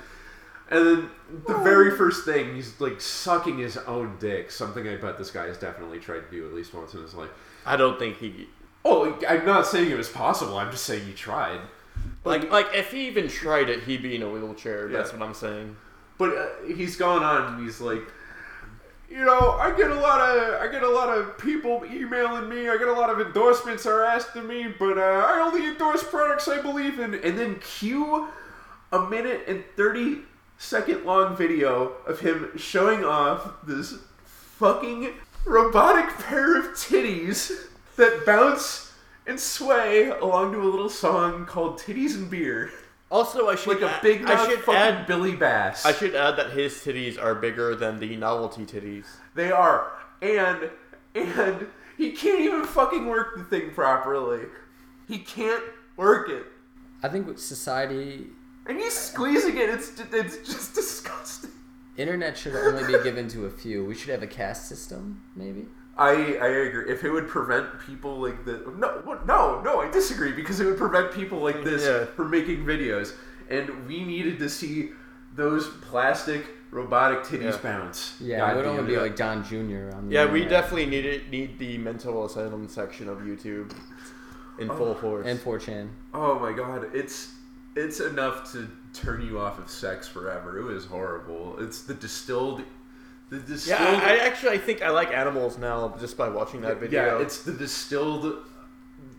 D: And then the very first thing, he's like sucking his own dick, something I bet this guy has definitely tried to do at least once in his life.
F: I don't think he.
D: Oh, I'm not saying it was possible. I'm just saying he tried.
F: Like, like if he even tried it, he'd be in a wheelchair. That's
D: Yeah.
F: what I'm saying.
D: but uh, he's gone on and he's like you know i get a lot of i get a lot of people emailing me i get a lot of endorsements are asked of me but uh, i only endorse products i believe in and then cue a minute and 30 second long video of him showing off this fucking robotic pair of titties that bounce and sway along to a little song called titties and beer
F: Also, I
D: like
F: should
D: a
F: add-
D: big mouth
F: I should
D: fucking
F: add
D: billy bass
F: I should add that his titties are bigger than the novelty titties.
D: They are. And and he can't even fucking work the thing properly. He can't work it.
E: I think society
D: And he's squeezing it. It's it's just disgusting.
E: Internet should only be given to a few. We should have a caste system, maybe.
D: I I agree. If it would prevent people like this, no, what- no, no, I disagree because it would prevent people like this
F: Yeah.
D: from making videos, and we needed to see those plastic robotic titties
F: Yeah.
D: bounce.
E: Yeah,
D: God
E: it would
D: damn
E: only be like Don Jr. on the
F: Yeah, we
E: internet.
F: definitely need it, need the mental asylum section of YouTube in full force.
E: and 4chan.
D: oh my god, it's it's enough to turn you off of sex forever. It was horrible. It's the distilled, the
F: yeah,
D: distilled.
F: I, I actually I think I like animals now just by watching that video.
D: Yeah, it's the distilled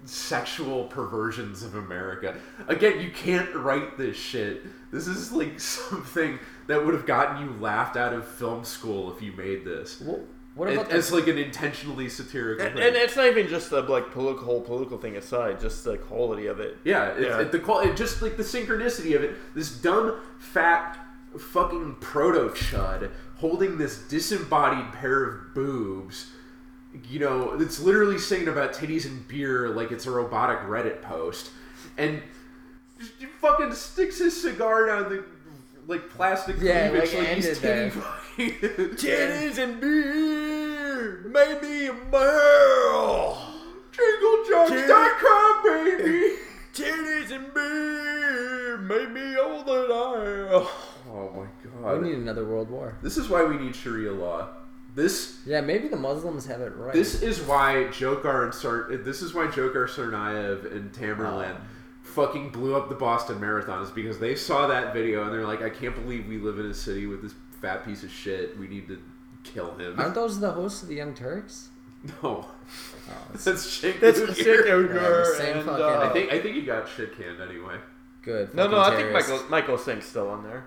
D: sexual perversions of America. Again, you can't write this shit. This is like something that would have gotten you laughed out of film school if you made this.
E: What, what
D: It-
E: about
D: it's
E: this?
D: like an intentionally satirical
F: and,
D: thing.
F: and it's not even just the like political whole political thing aside, just the quality of it.
D: yeah, it,
F: Yeah.
D: It, the qual- it, just like the synchronicity of it. This dumb, fat, fucking proto chud holding this disembodied pair of boobs. you know, it's literally singing about titties and beer like it's a robotic Reddit post, and he fucking sticks his cigar down the like plastic
E: Yeah,
D: cleavage
E: like,
D: like, he's titty
E: ended
D: fucking
F: Titties and beer made me a girl.
D: JingleJunks.com, baby.
F: Titties and beer made me older now.
D: Oh my
E: we
D: god,
E: need another world war.
D: this is why we need Sharia law. This
E: Yeah, maybe the Muslims have it right.
D: This is why Jokar and Sar- this is why Jokar Tsarnaev and Tamerlan fucking blew up the Boston Marathon is because they saw that video and they're like, I can't believe we live in a city with this fat piece of shit. We need to kill him.
E: Aren't those the hosts of the Young Turks?
D: no, that's shit.
F: That's
D: Luger.
F: sick,
E: Yeah,
F: Ogre.
E: the same
F: and,
E: fucking-
D: I
F: uh,
D: think I think he got shit canned anyway.
E: Good.
F: no, no,
E: fucking
F: I think
E: terrorists.
F: Michael Michael Sink's still on there.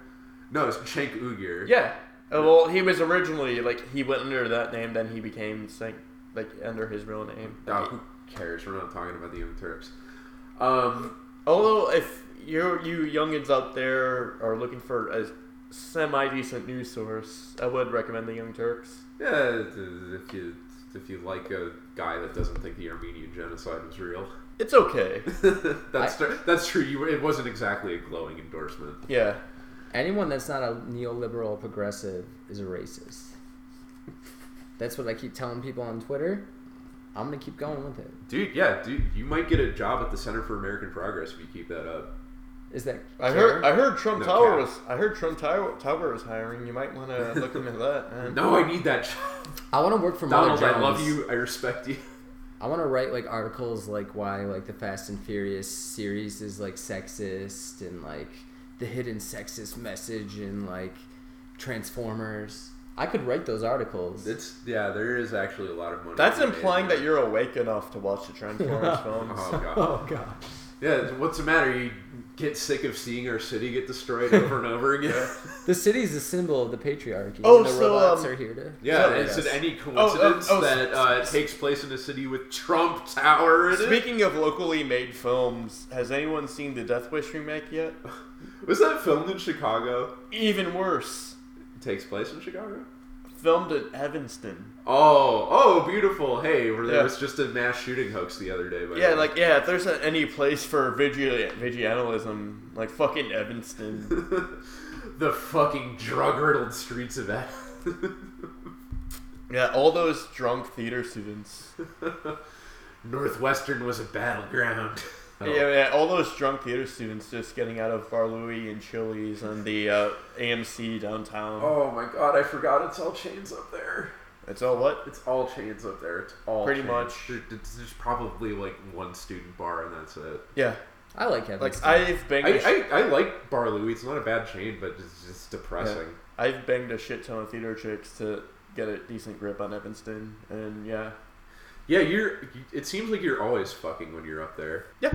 D: No, it's Cenk Uygur.
F: Yeah. Uh, well, he was originally like he went under that name, then he became Sink, like under his real name.
D: Oh, who cares? We're not talking about the Young Turks. Um,
F: Although, if you you youngins out there are looking for a semi decent news source, I would recommend the Young Turks.
D: yeah, if you if you like a guy that doesn't think the Armenian genocide was real.
F: It's okay.
D: that's tr- that's true. You, it wasn't exactly a glowing endorsement.
F: Yeah.
E: Anyone that's not a neoliberal progressive is a racist. That's what I keep telling people on Twitter. I'm gonna keep going with it.
D: Dude, yeah, dude, you might get a job at the Center for American Progress if you keep that up.
E: Is that
F: I heard I heard Trump
D: No
F: Tower
D: cap.
F: was I heard Trump Tower Tower was hiring. You might want to look into that. Man.
D: No, I need that job.
E: I want to work for Mother
D: Donald,
E: Jones.
D: I love you. I respect you.
E: I want to write like articles like why like the Fast and Furious series is like sexist and like the hidden sexist message in like Transformers. I could write those articles.
D: It's yeah, there is actually a lot of money.
F: That's
D: to be made
F: implying
D: there.
F: that you're awake enough to watch the Transformers films.
D: Oh god.
E: god.
D: Yeah, what's the matter? You get sick of seeing our city get destroyed over and over again.
E: The city is a symbol of the patriarchy.
F: Oh,
E: and the
F: so,
E: robots
F: um,
E: are here to.
D: Yeah,
F: So-
D: is it
E: yes.
D: any coincidence
F: oh,
D: that uh, it takes place in a city with Trump Tower in it?
F: Speaking of locally made films, has anyone seen the Death Wish remake yet?
D: Was that filmed in Chicago?
F: Even worse,
D: takes place in Chicago?
F: filmed at Evanston.
D: Oh, oh, beautiful. Hey, where there
F: Yeah.
D: was just a mass shooting hoax the other day. By
F: Yeah,
D: the way.
F: like yeah, if there's a, any place for vigil- vigilantism, like fucking Evanston.
D: the fucking drug riddled streets of that.
F: yeah, all those drunk theater students.
D: Northwestern was a battleground. Oh.
F: Yeah, yeah, all those drunk theater students just getting out of Bar Louie and Chili's and the uh, AMC downtown.
D: Oh my god, I forgot it's all chains up there.
F: It's all what?
D: It's all chains up there. It's all
F: Pretty
D: chains.
F: much.
D: There- There's, there's probably like one student bar and that's it.
F: Yeah,
E: I like Evan.
F: like I've banged. a
D: I, I, I like Bar Louie. It's not a bad chain, but it's just depressing.
F: I've banged a shit ton of theater chicks to get a decent grip on Evanston, and yeah,
D: Yeah, you're. You, it seems like you're always fucking when you're up there.
F: yeah.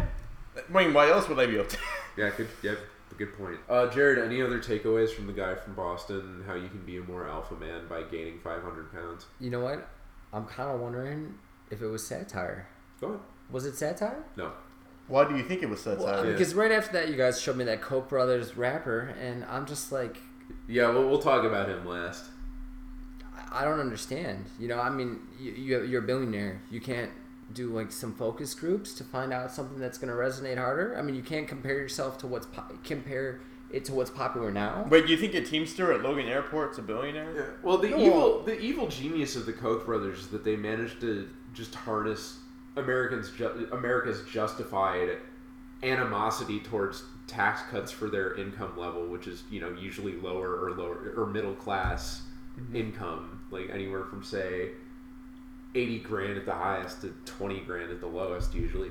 F: I mean, why else would I be up there?
D: Yeah, good. Yeah, good point. Uh, Jared, any other takeaways from the guy from Boston? How you can be a more alpha man by gaining 500 pounds?
E: you know what? I'm kind of wondering if it was satire.
D: Go ahead.
E: Was it satire?
D: No.
F: Why do you think it was satire?
E: Well,
D: yeah.
E: because right after that, you guys showed me that Koch brothers rapper, and I'm just like,
D: Yeah, we'll, we'll talk about him last.
E: I- I don't understand. You know, I mean, you, you you're a billionaire. You can't do like some focus groups to find out something that's going to resonate harder. I mean, you can't compare yourself to what's po- compare it to what's popular now.
F: Wait, you think a teamster at Logan Airport's a billionaire?
D: Yeah. Well, the
E: No.
D: evil the evil genius of the Koch brothers is that they managed to just harness Americans ju- America's justified animosity towards tax cuts for their income level, which is you know usually lower or lower or middle class income, like anywhere from say eighty grand at the highest to twenty grand at the lowest usually.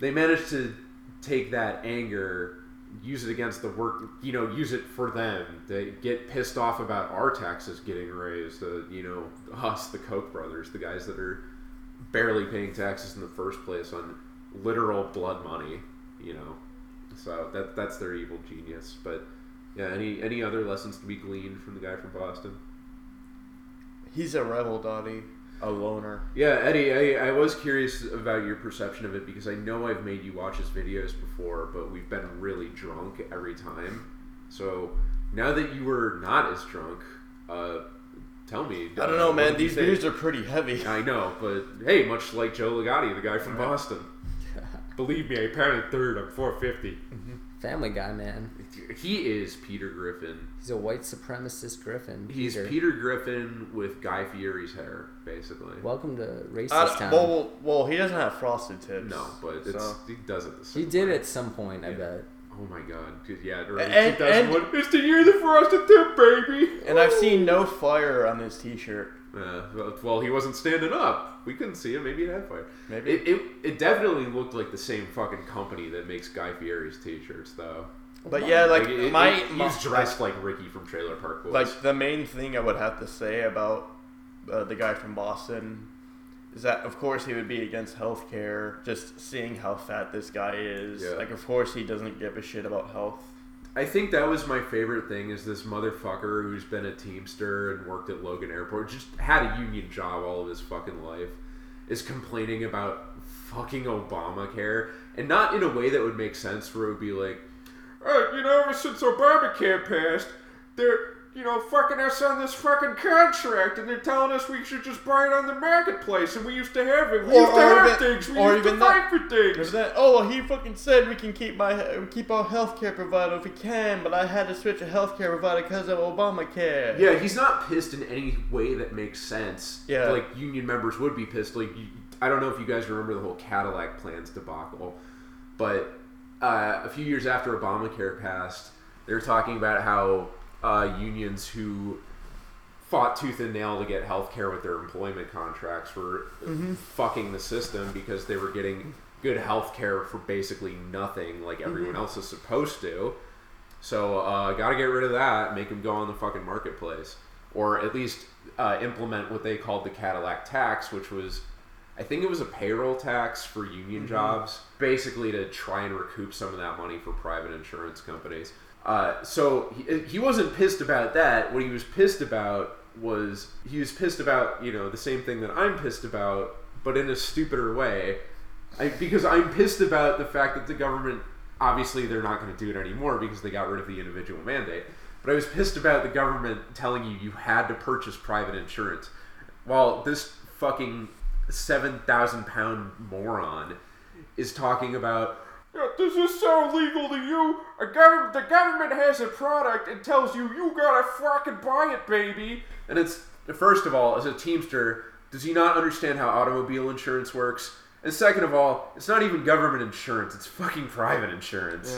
D: They managed to take that anger, use it against the work, you know, use it for them. They get pissed off about our taxes getting raised. Uh, you know, us, the Koch brothers, the guys that are barely paying taxes in the first place on literal blood money. You know, so that that's their evil genius. But yeah, any any other lessons to be gleaned from the guy from Boston?
F: He's a rebel, Dottie. A loner.
D: Yeah, Eddie, I, I was curious about your perception of it because I know I've made you watch his videos before, but we've been really drunk every time. So now that you were not as drunk, uh, tell me.
F: I don't know, man. These
D: videos
F: beers are pretty heavy.
D: I know, but hey, much like Joe Ligotti, the guy from Boston. Believe me, I pounded third. I'm 450.
E: Family Guy, man.
D: He is Peter Griffin.
E: He's a white supremacist Griffin.
D: He's Peter, Griffin with Guy Fieri's hair, basically.
E: Welcome to
F: I
E: racist
F: don't-
E: town.
F: well, well, well, he doesn't have frosted tips.
D: no, but it's,
F: so-
D: he does it the same
E: he did
D: way.
E: at some point, I bet.
D: Oh my god, dude, yeah, early
F: And-
D: 2001. it's the year of the frosted tip, baby!
F: And I've seen no fire on this T-shirt.
D: Uh, well- well, he wasn't standing up. We couldn't see him. Maybe it had fire.
F: Maybe.
D: It, it, it definitely looked like the same fucking company that makes Guy Fieri's t shirts, though.
F: But yeah, like
D: it- it-
F: my,
D: it-
F: my-
D: He's dressed like Ricky from Trailer Park Boys.
F: like the main thing I would have to say about uh, the guy from Boston is that of course he would be against healthcare. Just seeing how fat this guy is,
D: Yeah.
F: like of course he doesn't give a shit about health.
D: I think that was my favorite thing is this motherfucker who's been a teamster and worked at Logan Airport, just had a union job all of his fucking life, is complaining about fucking Obamacare and not in a way that would make sense where it would be like, oh, you know, ever since Obamacare passed, they're you know fucking us on this fucking contract and they're telling us we should just buy it on the marketplace and we used to have it, we
F: Or-
D: used to
F: or
D: have
F: even-
D: things, we
F: or
D: used to
F: even
D: fight
F: that-
D: for things.
F: There's that. Oh, well, he fucking said we can keep my we keep our healthcare provider if we can, but I had to switch a healthcare provider because of Obamacare.
D: Yeah, he's not pissed in any way that makes sense.
F: Yeah.
D: like union members would be pissed. Like, you, I don't know if you guys remember the whole Cadillac plans debacle, but uh, a few years after Obamacare passed, they were talking about how uh, unions who fought tooth and nail to get health care with their employment contracts were fucking the system because they were getting good health care for basically nothing like everyone else is supposed to so uh, gotta get rid of that make them go on the fucking marketplace or at least uh, implement what they called the cadillac tax which was i think it was a payroll tax for union jobs basically to try and recoup some of that money for private insurance companies uh, so he, he wasn't pissed about that what he was pissed about was he was pissed about you know the same thing that i'm pissed about but in a stupider way I, because I'm pissed about the fact that the government obviously they're not going to do it anymore because they got rid of the individual mandate. But I was pissed about the government telling you you had to purchase private insurance. While this fucking seven thousand pound moron is talking about "Yeah, this is so legal to you. A gov- the government has a product and tells you you gotta fucking buy it, baby. And it's first of all, as a teamster, does he not understand how automobile insurance works? And second of all, it's not even government insurance; it's fucking private insurance.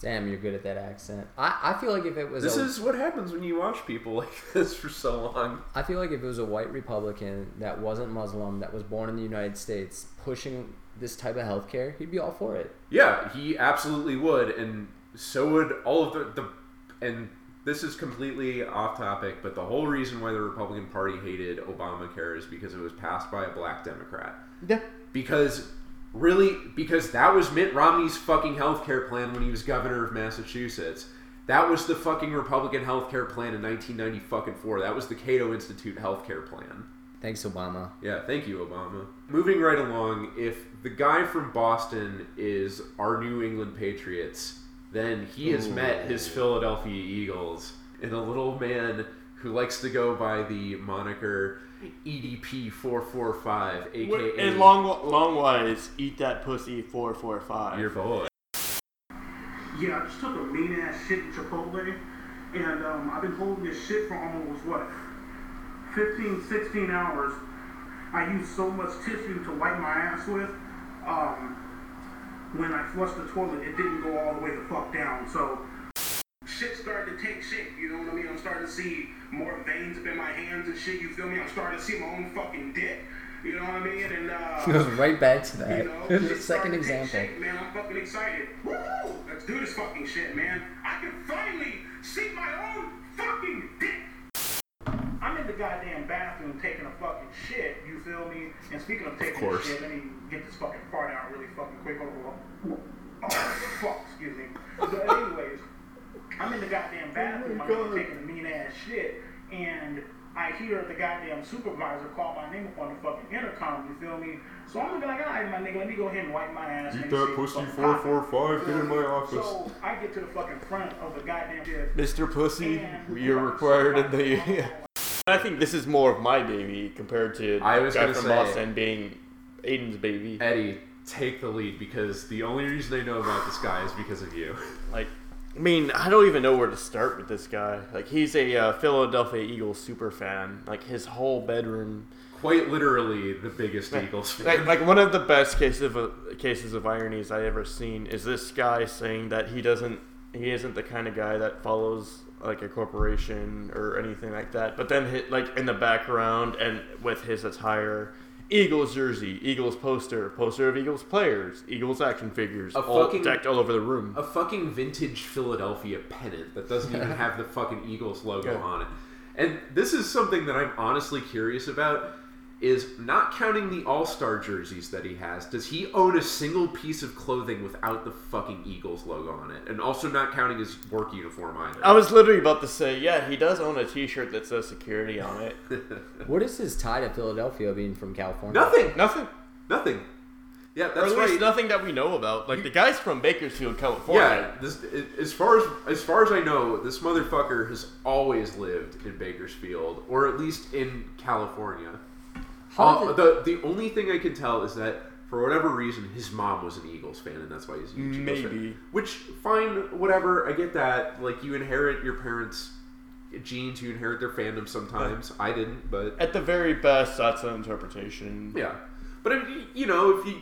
E: Damn, you're good at that accent. I, I feel like if it was
D: This
E: a,
D: is what happens when you watch people like this for so long.
E: I feel like if it was a white Republican that wasn't Muslim that was born in the United States pushing this type of healthcare, he'd be all for it.
D: Yeah, he absolutely would, and so would all of the, the and this is completely off topic, but the whole reason why the Republican Party hated Obamacare is because it was passed by a black Democrat.
F: Yeah.
D: Because really because that was Mitt Romney's fucking healthcare plan when he was governor of Massachusetts. That was the fucking Republican healthcare plan in 1990 fucking four. That was the Cato Institute healthcare plan.
E: Thanks, Obama.
D: Yeah, thank you, Obama. Moving right along, if the guy from Boston is our New England Patriots, then he has met his Philadelphia Eagles and a little man who likes to go by the moniker E EDP445, aka
F: And long, long wise, eat that pussy four four five.
D: your boy.
G: Yeah, I just took a mean ass shit at Chipotle, and um, I've been holding this shit for almost what 15, 16 hours. I used so much tissue to wipe my ass with. Um, when I flushed the toilet, it didn't go all the way the fuck down. So shit started to take shape. You know what I mean? I'm starting to see more veins up in my hands and shit. You feel me? I'm starting to see my own fucking dick. You know what I mean? And uh,
E: Goes right back to that.
G: you know,
E: the
G: just
E: second
G: fucking
E: example.
G: Shit, man, I'm fucking excited. Woo! Let's do this fucking shit, man. I can finally see my own fucking dick. I'm in the goddamn bathroom taking a fucking shit. You feel me? And speaking of taking a
D: course.
G: shit, let me get this fucking fart out really fucking quick. Hold on. Oh fuck! Excuse me. But anyways, I'm in the goddamn bathroom. I'm taking a mean ass shit, and I hear the goddamn supervisor call my name up on the fucking intercom. You feel me? So I'm gonna be like, all right, my nigga, let me go ahead and wipe my ass. Eat
D: that pussy 445, get in my office.
G: So I get to the fucking front of the goddamn shit.
F: Mr. Pussy,
G: and-
F: you're required in the. I think this is more of my baby compared to
D: I was
F: guy
D: gonna
F: from
D: say- Eh.
F: Boston being Aiden's baby.
D: Eddie, take the lead because the only reason I know about this guy is because of you.
F: Like, I mean, I don't even know where to start with this guy. Like, he's a uh, Philadelphia Eagles super fan. Like, his whole bedroom,
D: Quite literally, the biggest Eagles fan.
F: like, like one of the best cases of uh, cases of ironies I ever seen is this guy saying that he doesn't, he isn't the kind of guy that follows like a corporation or anything like that. But then, hi like in the background and with his attire. Eagles jersey, Eagles poster, poster of Eagles players, Eagles action figures,
D: A
F: all
D: fucking-
F: decked all over the room.
D: a fucking vintage Philadelphia pennant that doesn't even have the fucking Eagles logo
F: Yeah.
D: on it. And this is something that I'm honestly curious about is not counting the All-Star jerseys that he has. Does he own a single piece of clothing without the fucking Eagles logo on it? And also not counting his work uniform either.
F: I was literally about to say, yeah, he does own a T-shirt that says security on it.
E: What is his tie to Philadelphia being from California?
D: Nothing.
F: Nothing,
D: Nothing. Yeah,
F: or
D: that's
F: at least
D: right.
F: nothing that we know about. Like the guy's from Bakersfield,
D: Yeah,
F: California.
D: this, as far as as far as I know, this motherfucker has always lived in Bakersfield, or at least in California.
E: How
D: Uh,
E: did-
D: the the only thing I can tell is that for whatever reason, his mom was an Eagles fan, and that's why he's a huge Eagles fan.
F: Maybe.
D: Which fine, whatever. I get that. Like you inherit your parents' genes, you inherit their fandom sometimes. I didn't, but
F: At the very best, that's an interpretation.
D: yeah. But if, you- you know, if you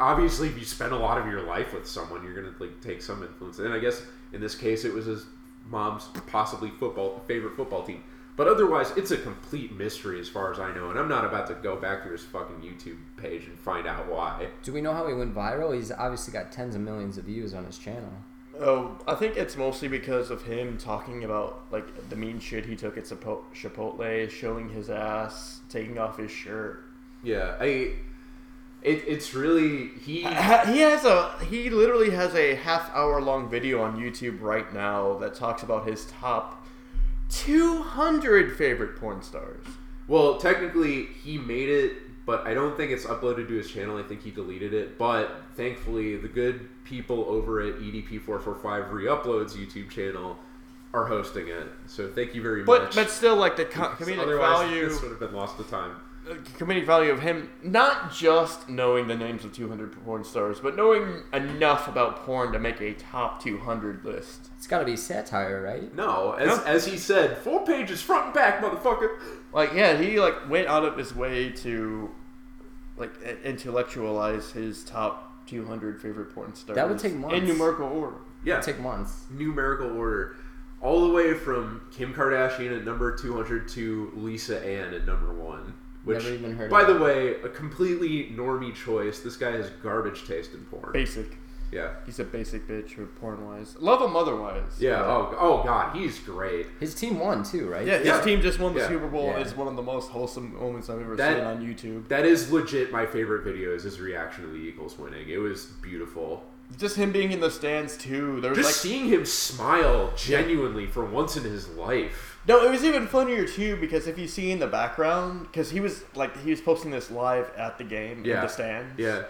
D: obviously if you spend a lot of your life with someone, you're gonna like take some influence. And I guess in this case, it was his mom's possibly football favorite football team. But otherwise, it's a complete mystery as far as I know, and I'm not about to go back through his fucking YouTube page and find out why.
E: Do we know how he went viral? He's obviously got tens of millions of views on his channel.
F: Oh, I think it's mostly because of him talking about like the mean shit he took at Chipo- Chipotle, showing his ass, taking off his shirt.
D: Yeah, I. It, it's really he.
F: Ha- He has a he literally has a half hour long video on YouTube right now that talks about his top 200 favorite porn stars.
D: Well, technically, he made it, but I don't think it's uploaded to his channel. I think he deleted it. But thankfully, the good people over at E EDP445 Reuploads YouTube channel are hosting it. So thank you very
F: But
D: much.
F: but still, like the co- comedic
D: Otherwise,
F: value,
D: this would have been lost to time.
F: uh, comedic value of him not just knowing the names of 200 porn stars, but knowing enough about porn to make a top 200 list.
E: It's got to be satire, right?
D: No, as,
F: No.
D: as he said, full pages front and back, motherfucker.
F: Like yeah, he like went out of his way to like i- intellectualize his top 200 favorite porn stars.
E: That would take
F: in
E: months.
F: numerical order.
D: Yeah,
E: Take months.
D: numerical order, all the way from Kim Kardashian at number 200 to Lisa Ann at number one. Which,
E: Never even heard of
D: by
E: that.
D: the way, a completely normie choice. This guy has garbage taste in porn.
F: Basic.
D: Yeah.
F: He's a basic bitch or porn wise. Love him otherwise.
D: Yeah. Oh, oh God, he's great.
E: His team won too, right?
F: Yeah, his
D: Yeah.
F: team just won the
D: Yeah.
F: Super Bowl.
E: Yeah.
F: It's one of the most wholesome moments I've ever
D: That-
F: seen on YouTube.
D: That is legit my favorite video is his reaction to the Eagles winning. It was beautiful.
F: Just him being in the stands too. There was
D: Just
F: like
D: seeing him smile genuinely for once in his life.
F: no. It was even funnier too because if you see in the background, because he was like he was posting this live at the game in
D: Yeah.
F: the stands.
D: Yeah.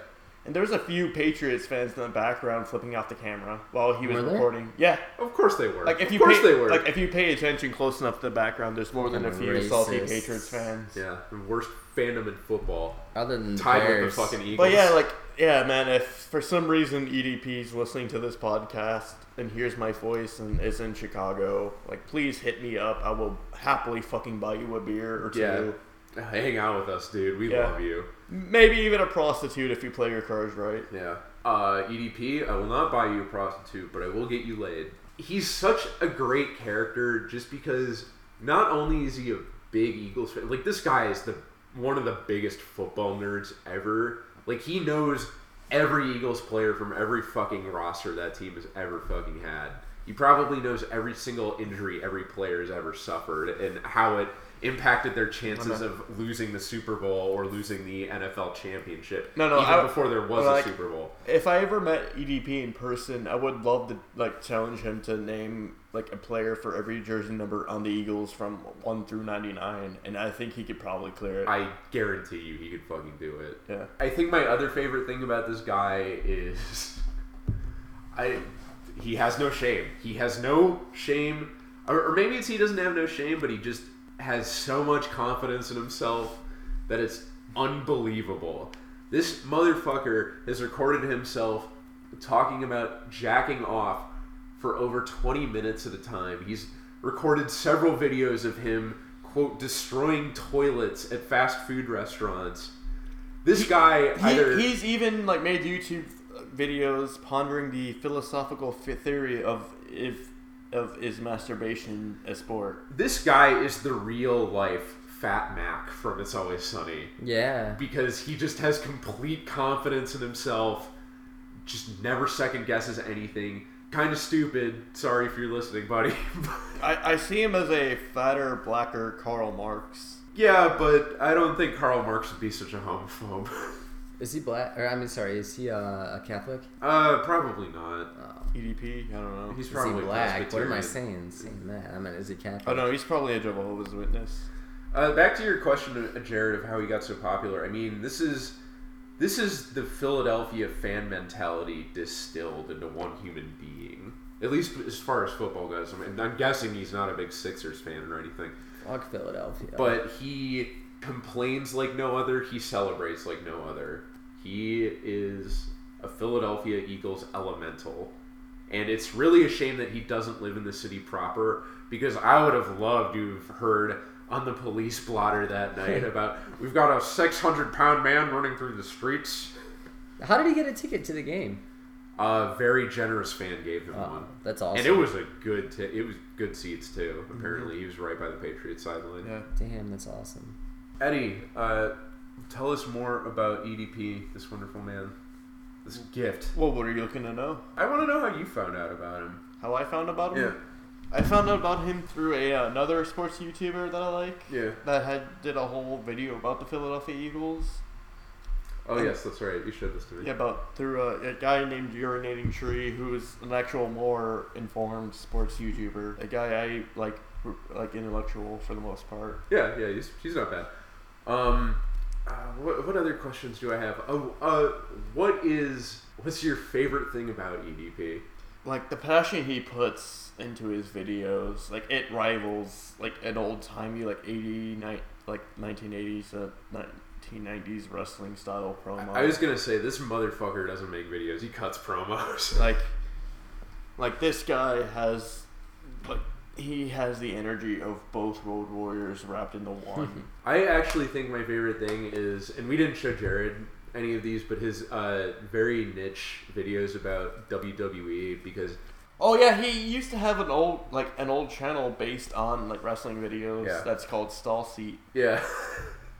F: And there was a few Patriots fans in the background flipping off the camera while he was
E: Were there?
F: recording. Yeah,
D: Of course they were.
F: like if
D: of
F: you
D: course
F: pay,
D: they were.
F: like if you pay attention close enough to the background, there's more than a few salty
E: Racists.
F: Patriots fans.
D: yeah, the worst fandom in football.
E: Other than the
D: Tied with
E: Bears,
D: the fucking E. Eagles.
F: But yeah, like yeah, man. If for some reason EDP's listening to this podcast and hears my voice and is in Chicago, like please hit me up. I will happily fucking buy you a beer or two.
D: yeah. Hang out with us, dude. We
F: Yeah.
D: love you.
F: Maybe even a prostitute if you play your cards right.
D: Yeah. Uh, EDP, I will not buy you a prostitute, but I will get you laid. He's such a great character just because not only is he a big Eagles fan, like this guy is the one of the biggest football nerds ever. Like he knows every Eagles player from every fucking roster that team has ever fucking had. He probably knows every single injury every player has ever suffered and how it impacted their chances of losing the Super Bowl or losing the NFL championship.
F: No, no,
D: even
F: I-
D: before there was
F: like-
D: a Super Bowl.
F: If I ever met EDP in person, I would love to like challenge him to name like a player for every jersey number on the Eagles from one through ninety nine, and I think he could probably clear it.
D: I guarantee you he could fucking do it.
F: yeah.
D: I think my other favorite thing about this guy is I he has no shame. He has no shame or, or maybe it's he doesn't have no shame, but he just has so much confidence in himself that it's unbelievable. This motherfucker has recorded himself talking about jacking off for over 20 minutes at a time. He's recorded several videos of him quote destroying toilets at fast food restaurants. This guy
F: He,
D: either
F: he's even like made YouTube videos pondering the philosophical f- theory of if of is masturbation a sport.
D: this guy is the real life Fat Mac from It's Always Sunny
E: Yeah.
D: because he just has complete confidence in himself, just never second guesses anything. Kind of stupid. Sorry if you're listening, buddy.
F: I, I see him as a fatter, blacker Karl Marx.
D: yeah, but I don't think Karl Marx would be such a homophobe.
E: Is he black? Or I mean, sorry, is he uh, a Catholic?
D: uh, probably not.
F: EDP, E I don't know.
D: He's
E: Oh, Is he
D: probably
E: black? What am I
D: Presbyterian.
E: saying? Saying that? I mean, is he Catholic?
F: oh no, he's probably a Jehovah's Witness.
D: Uh, back to your question, uh, Jared, of how he got so popular. I mean, this is this is the Philadelphia fan mentality distilled into one human being. At least as far as football goes. I mean, I'm guessing he's not a big Sixers fan or anything,
E: Fuck Philadelphia.
D: Uh, but he complains like no other. He celebrates like no other. He is a Philadelphia Eagles elemental. And it's really a shame that he doesn't live in the city proper because I would have loved to have heard on the police blotter that night about we've got a 600 pound man running through the streets.
E: how did he get a ticket to the game?
D: A very generous fan gave him one.
E: Oh, That's awesome. Mhm.
D: And it was a good t- it was good seats too. Apparently, he was right by the Patriots sideline.
F: Yeah.
E: Damn, that's awesome.
D: Eddie, uh, tell us more about EDP, this wonderful man, this gift.
F: Well, what are you looking to know?
D: I want to know how you found out about him.
F: How I found about him? I found out about him through a uh, another sports YouTuber that I like.
D: Yeah.
F: That had did a whole video about the Philadelphia Eagles.
D: Oh yes, that's right. You showed this to me.
F: Yeah, about through a, a guy named Urinating Tree, who is an actual more informed sports YouTuber. A guy I like, r- like intellectual for the most part.
D: Yeah, yeah, he's, he's not bad. Um, uh, what, what other questions do I have? Oh, uh, what is what's your favorite thing about E EDP?
F: Like the passion he puts into his videos, like it rivals like an old timey like eighty nine like nineteen eighties uh nineteen nineties wrestling style promo.
D: I was gonna say this motherfucker doesn't make videos; he cuts promos.
F: like like this guy has like he has the energy of both road warriors wrapped into one
D: I actually think my favorite thing is, and we didn't show Jared any of these, but his uh, very niche videos about WWE because
F: oh yeah he used to have an old like an old channel based on like wrestling videos
D: Yeah.
F: that's called stall seat
D: yeah,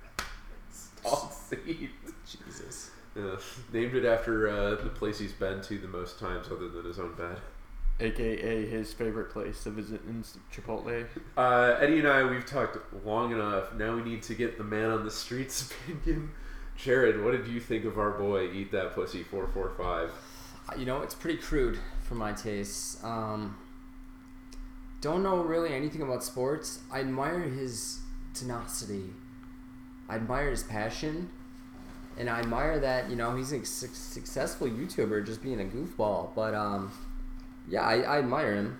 D: stall seat.
E: Jesus.
D: Yeah. Named it after uh, the place he's been to the most times, other than his own bed.
F: aka his favorite place to visit in chipotle
D: Uh, Eddie and I, we've talked long enough. Now we need to get the man on the street's opinion. Jared, what did you think of our boy Eat That Pussy 445?
E: You know, it's pretty crude for my tastes. Um, don't know really anything about sports. I admire his tenacity. I admire his passion. and I admire that. You know, he's a su- successful YouTuber, just being a goofball. But um, yeah, I, I admire him.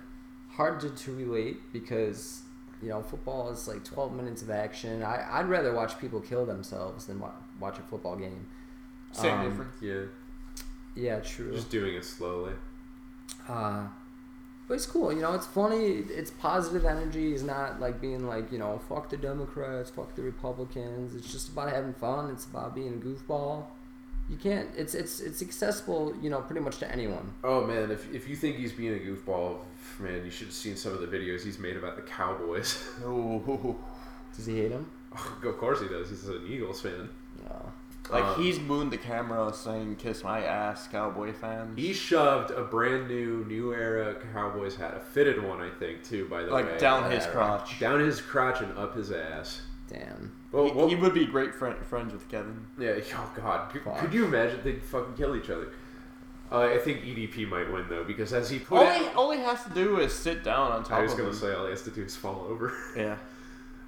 E: Hard to, to relate because you know football is like 12 minutes of action. I, I'd rather watch people kill themselves than wa- watch a football game.
D: Same
E: Um,
D: difference. Yeah,
E: Yeah, true.
D: just doing it slowly.
E: Uh, but it's cool, you know. It's funny. It's positive energy. It's not like being like you know, fuck the Democrats, fuck the Republicans. It's just about having fun. It's about being a goofball. You can't. It's it's it's accessible, you know, pretty much to anyone.
D: Oh man, if, if you think he's being a goofball, man, you should have seen some of the videos he's made about the Cowboys. oh,
E: Does he hate him?
D: of course he does. He's an Eagles fan.
E: No.
F: Like
D: Um,
F: he's mooned the camera saying "kiss my ass, cowboy fans."
D: He shoved a brand new, new era Cowboys hat, a fitted one, I think, too. By the way,
F: like down his
E: Yeah,
F: crotch.
D: down his crotch and up his ass.
E: Damn.
D: Well,
F: He-
D: what,
F: he would be great friend, friends with Kevin.
D: yeah. Oh God, could,
E: Fuck.
D: could you imagine they'd fucking kill each other? Uh, I think EDP might win though because as he put
F: All
D: it,
F: he, all he has to do is sit down on top
D: I was
F: of
D: gonna
F: him.
D: say all he has to do is fall over.
F: Yeah.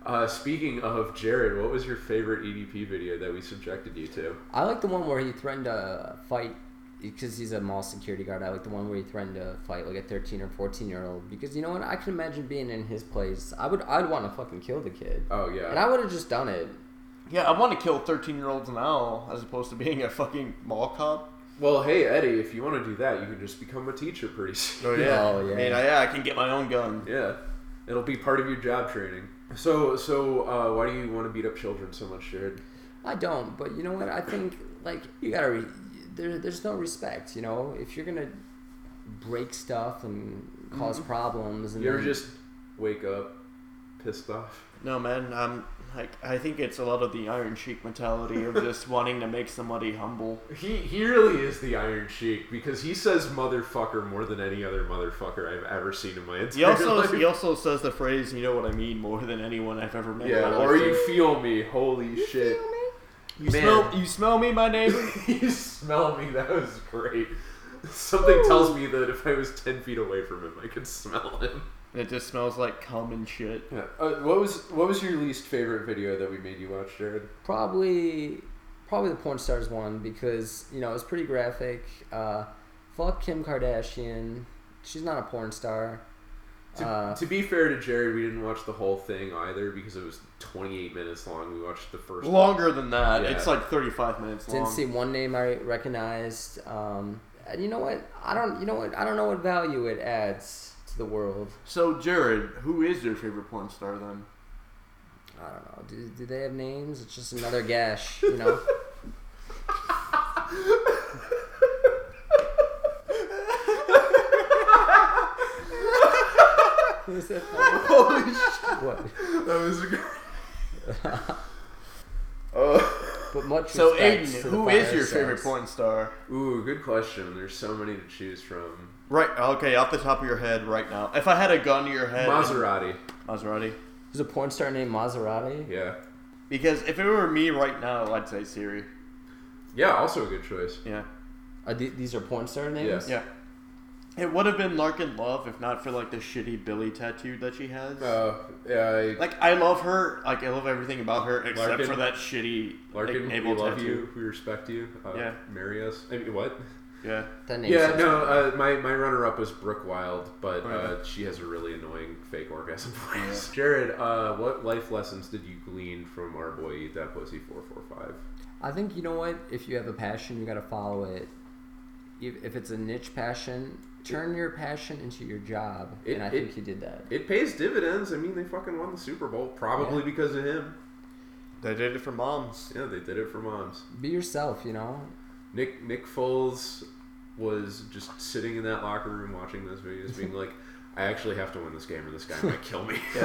D: Uh, speaking of Jared, what was your favorite EDP video that we subjected you to?
E: I like the one where he threatened to fight because he's a mall security guard. I like the one where he threatened to fight like a thirteen or fourteen year old because you know what? I can imagine being in his place. I would. I'd want to fucking kill the kid.
D: Oh yeah,
E: And I would have just done it.
F: Yeah, I want to kill 13 year olds now as opposed to being a fucking mall cop.
D: Well, hey Eddie, if you want to do that, you can just become a teacher pretty soon.
E: yeah. Oh, yeah.
F: I mean, I, yeah, I can get my own gun.
D: yeah, it'll be part of your job training. So, so uh, why do you want to beat up children so much, Jared?
E: I don't, but you know what? I think like you gotta. Re- there, there's no respect, you know. If you're gonna break stuff and because problems, and
D: You
F: Mm.
D: ever
E: then-
D: just wake up pissed off?
F: No, man, I'm like, I think it's a lot of the Iron Sheik mentality of just wanting to make somebody humble.
D: He he really is the Iron Sheik because he says motherfucker more than any other motherfucker I've ever seen in my entire
F: He also
D: life.
F: he also says the phrase "You know what I mean" more than anyone I've ever met. in my
D: yeah,
F: life.
D: or you feel me? Holy shit!
F: you
D: man.
F: smell you smell me, my neighbor.
D: you smell me? That was great. Something tells me that if I was ten feet away from him, I could smell him.
F: it just smells like cum and shit.
D: Yeah. Uh, what was what was your least favorite video that we made you watch, Jared?
E: probably probably the porn stars one because you know it's pretty graphic. Uh, fuck Kim Kardashian. She's not a porn star.
D: To,
E: Uh,
D: to be fair to Jared, we didn't watch the whole thing either because it was 28 minutes long. We watched the first.
F: Longer than that,
D: Yeah.
F: it's like thirty-five minutes long.
E: Didn't see one name I recognized. Um, and you know what? I don't. You know what? I don't know what value it adds to the world.
F: So, Jared, who is your favorite porn star then?
E: I don't know. Do, do they have names? It's just another gash, you know. Was that funny?
D: Holy shit!
E: What?
D: That was great. Uh,
E: But much
F: So,
E: Oh. respect
F: Aiden,
E: to the
F: who is
E: fire
F: your
E: stars.
F: favorite porn star?
D: ooh, good question. There's so many to choose from.
F: Right, okay, off the top of your head right now. If I had a gun to your head.
D: Maserati.
F: Maserati.
E: There's a porn star named Maserati.
D: Yeah.
F: Because if it were me right now, I'd say Siri.
D: Yeah. Also a good choice.
F: Yeah.
E: Are the- these are porn star names?
D: Yeah.
F: Yeah. It would have been Larkin Love if not for, like, the shitty Billy tattoo that she has.
D: Uh, yeah. I-
F: like, I love her. Like, I love everything about her except
D: Larkin-
F: for that shitty
D: Larkin,
F: like,
D: we
F: navel
D: love
F: tattoo.
D: you. We respect you. Uh,
F: Yeah.
D: Marry us. I mean, what?
F: Yeah.
E: That name
D: Yeah,
E: sounds-
D: no, uh, my, my runner up was Brooke Wild, but
F: Oh, yeah.
D: uh, she has a really annoying fake orgasm voice. Jared, uh, what life lessons did you glean from our boy Eat That Pussy 445?
E: I think you know what. If you have a passion, you gotta follow it. If if it's a niche passion, turn your passion into your job,
D: It-
E: and I
D: it-
E: think he did that.
D: It pays dividends. I mean, they fucking won the Super Bowl, probably because of him.
F: They did it for moms.
D: Yeah, they did it for moms.
E: Be yourself, you know.
D: Nick Nick Foles was just sitting in that locker room watching those videos, being like, I actually have to win this game or this guy might kill me.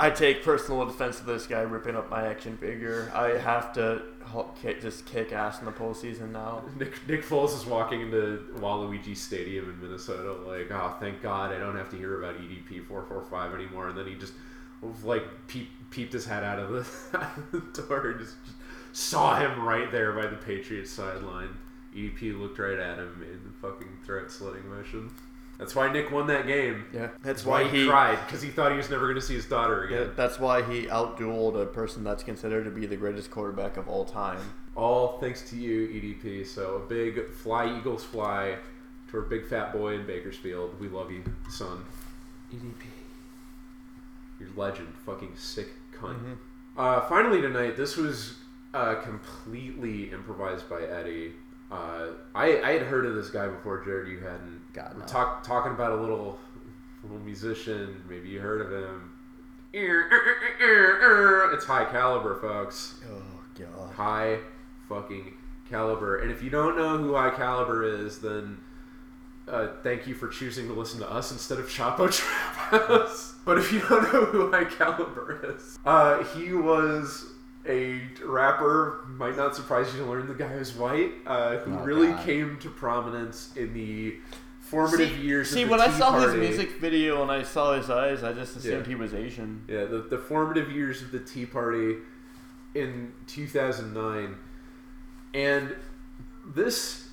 F: I take personal defense of this guy ripping up my action figure. I have to ho- kick, just kick ass in the postseason now.
D: Nick, Nick Foles is walking into Waluigi Stadium in Minnesota, like, oh, thank God I don't have to hear about EDP four four five anymore. And then he just like peep, peeped his head out of the, out of the door and just, just saw him right there by E the Patriots sideline. EDP looked right at him in the fucking throat slitting motion. That's why Nick won that game.
F: Yeah.
D: That's why, he, cried because he thought he was never going to see his daughter
F: Yeah,
D: again.
F: that's why he outdueled a person that's considered to be the greatest quarterback of all time.
D: All thanks to you, EDP. So a big fly, Eagles fly, to our big fat boy in Bakersfield. We love you, son.
E: E
D: EDP, your legend, fucking sick cunt.
E: Mm-hmm.
D: Uh, finally tonight, this was uh, completely improvised by Eddie. Uh, I, I had heard of this guy before, Jared. You hadn't.
E: God, no.
D: Talk, talking about a little little musician. Maybe you heard of him. It's high caliber, folks
F: Oh god.
D: high fucking caliber. And if you don't know who high caliber is, then uh, thank you for choosing to listen to us instead of Chapo Trap House. but if you don't know who high caliber is, uh, he was a rapper. Might not surprise you to learn the guy is white, uh, who
E: Oh,
D: really
E: God.
D: came to prominence in the formative years.
F: See,
D: of the
F: when I
D: Tea
F: saw his
D: Party-
F: music video and I saw his eyes, I just assumed
D: Yeah.
F: he was Asian.
D: Yeah, the, the formative years of the Tea Party in 2009. And this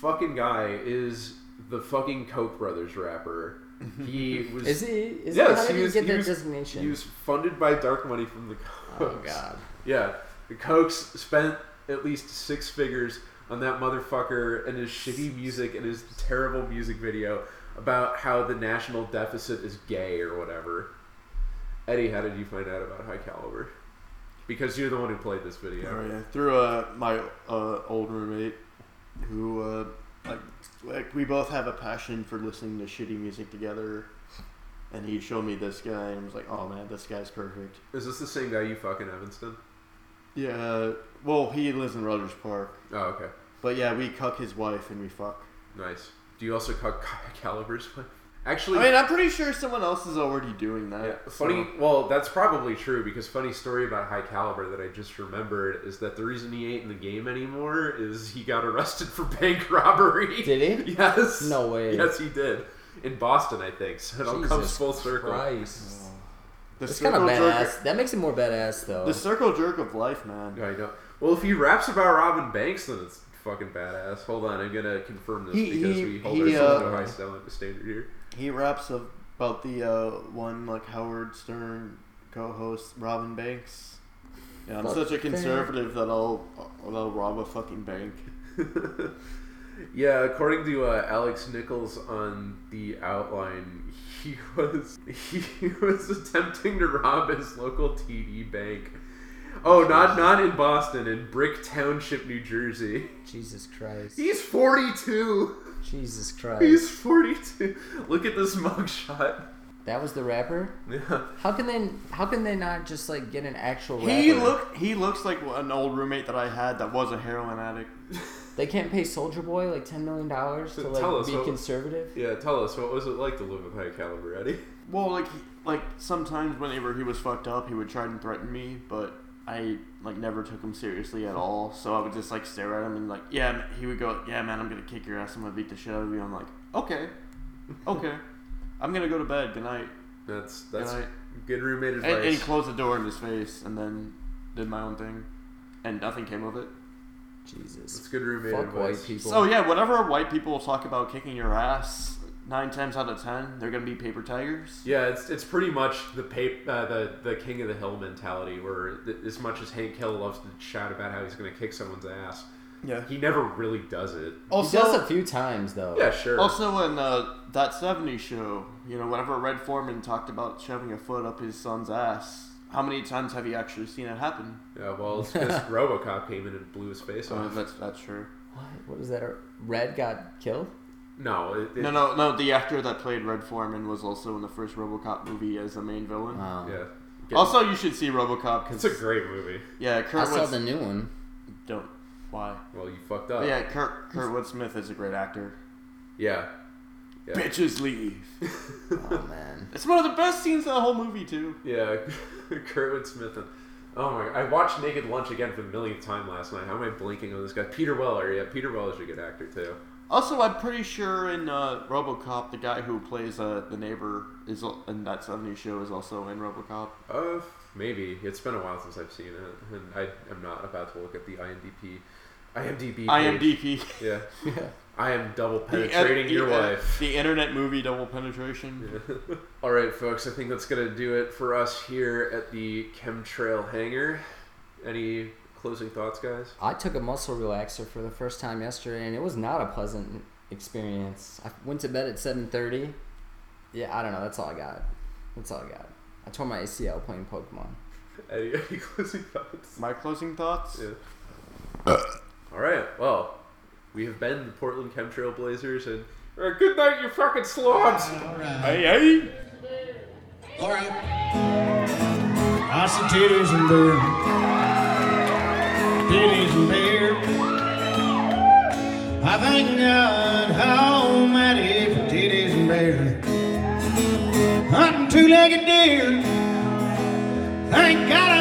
D: fucking guy is the fucking Koch brothers rapper. He was.
E: Is he? Is
D: Yes,
E: he, how did
D: he
E: he,
D: was-
E: get
D: he
E: that
D: was-
E: designation?
D: He was funded by dark money from the Kochs.
E: oh God.
D: Yeah, the Kochs spent at least six figures on that motherfucker and his shitty music and his terrible music video about how the national deficit is gay or whatever. Eddie, how did you find out about High Caliber? Because you're the one who played this video.
F: Or, yeah, through uh, my uh, old roommate, who uh, like, like we both have a passion for listening to shitty music together, and he showed me this guy and was like, "Oh man, this guy's perfect."
D: Is this the same guy you fuck in Evanston?
F: Yeah, uh, well, he lives in Rogers Park,
D: Oh, okay.
F: but yeah, we cuck his wife and we fuck.
D: Nice. Do you also cuck High Caliber's wife? Actually,
F: I mean, I'm pretty sure someone else is already doing that.
D: Yeah, funny. Well, that's probably true because funny story about High Caliber that I just remembered is that the reason he ain't in the game anymore is he got arrested for bank robbery.
E: Did he?
D: Yes.
E: No way.
D: Yes, he did. In Boston, I think. So it all comes
E: Jesus
D: full circle. Oh.
E: Christ.
F: The
E: It's kind of
F: jerk,
E: badass. That makes it more badass though.
F: the circle jerk of life, man.
D: Yeah, I know. Well, if he raps about Robin Banks, then it's fucking badass. Hold on, I'm gonna confirm this
F: He-
D: because
F: he-
D: we hold
F: he,
D: ourselves to
F: uh,
D: a high stand- standard here.
F: He raps of- about the uh, one like Howard Stern co-host Robin Banks. Yeah, I'm
E: Fuck
F: such a conservative that I'll that I'll rob a fucking bank.
D: Yeah, according to uh, Alex Nichols on the outline, he was he was attempting to rob his local TD bank. Oh, not not in Boston, in Brick Township, New Jersey.
E: Jesus Christ.
D: He's 42.
E: Jesus Christ.
D: He's 42. Look at this mugshot.
E: That was the rapper.
D: Yeah.
E: How can they? How can they not just like get an actual? Rapper?
F: He look he looks like an old roommate that I had that was a heroin addict.
E: They can't pay Soldier Boy like ten million dollars to
D: Tell
E: like
D: us
E: be
D: what-
E: conservative.
D: Yeah, tell us what was it like to live with high caliber Eddie?
F: Well, like he- like sometimes whenever he was fucked up, he would try and threaten me, but I like never took him seriously at all. So I would just like stare at him and like, yeah, ma- he would go, yeah, man, I'm gonna kick your ass. I'm gonna beat the shit out of you. I'm like, okay, okay, I'm gonna go to bed. Good night.
D: That's that's
F: Good night.
D: good roommate advice.
F: And, and close the door in his face, and then did my own thing, and nothing came of it.
D: That's
E: Jesus.
D: good roommate
E: Fuck
D: advice.
E: white people.
F: So yeah, whenever white people talk about kicking your ass, nine times out of ten, they're gonna be paper tigers.
D: Yeah, it's it's pretty much the pap- uh, the the king of the hill mentality, where th- as much as Hank Hill loves to shout about how he's going to kick someone's ass,
F: Yeah. Oh.
D: he never really does it.
E: he does a few times though.
D: Yeah, sure.
F: Also, in uh, that 70s show, you know, whenever Red Foreman talked about shoving a foot up his son's ass, how many times have you actually seen it happen?
D: yeah, well, it's 'cause RoboCop came in and blew his face
F: So
D: off.
F: that's that's true.
E: What? What is that? Red got killed.
D: No, it, it,
F: No, no, no. The actor that played Red Foreman was also in the first RoboCop movie as the main villain.
E: Wow.
D: Yeah, Get-
F: also, you should see RoboCop
D: it's
F: because
D: a great movie.
F: yeah,
E: I
F: Kurt
E: saw
F: Wood.
E: the new one.
F: Don't why?
D: Well, you fucked up.
F: But yeah, Kurt Kurt Wood Smith is a great actor.
D: yeah. Yeah.
F: Bitches leave.
E: Oh man.
F: It's one of the best scenes in the whole movie too.
D: Yeah, Kurtwood Smith. And, oh my! I watched Naked Lunch again for the millionth time last night. How am I blinking on this guy? Peter Weller. Yeah, Peter Weller's a good actor too.
F: Also, I'm pretty sure in uh, RoboCop, the guy who plays uh, the neighbor is al- in that '70s show is also in RoboCop.
D: Uh, maybe. It's been a while since I've seen it, and I am not about to look at the IMDb. IMDb. page.
F: IMDb.
D: Yeah.
E: Yeah.
D: I am double
F: The
D: penetrating
F: ed-
D: your
F: the ed-
D: wife.
F: The internet movie double penetration.
D: All right, folks. I think that's gonna do it for us here at the Chemtrail Hangar. Any closing thoughts, guys?
E: I took a muscle relaxer for the first time yesterday, and it was not a pleasant experience. I went to bed at seven thirty. Yeah, I don't know. That's all I got. That's all I got. I tore my ACL playing Pokemon.
D: Any, any closing thoughts?
F: My closing thoughts.
D: Yeah. All right. Well, we have been the Portland Chemtrail Blazers, and all right, good night, you fucking slobs.
F: Hey, hey.
H: All right. Lots of titties and beer. Titties and beer. I thank God Almighty for titties and beer. Hunting two-legged deer. Thank God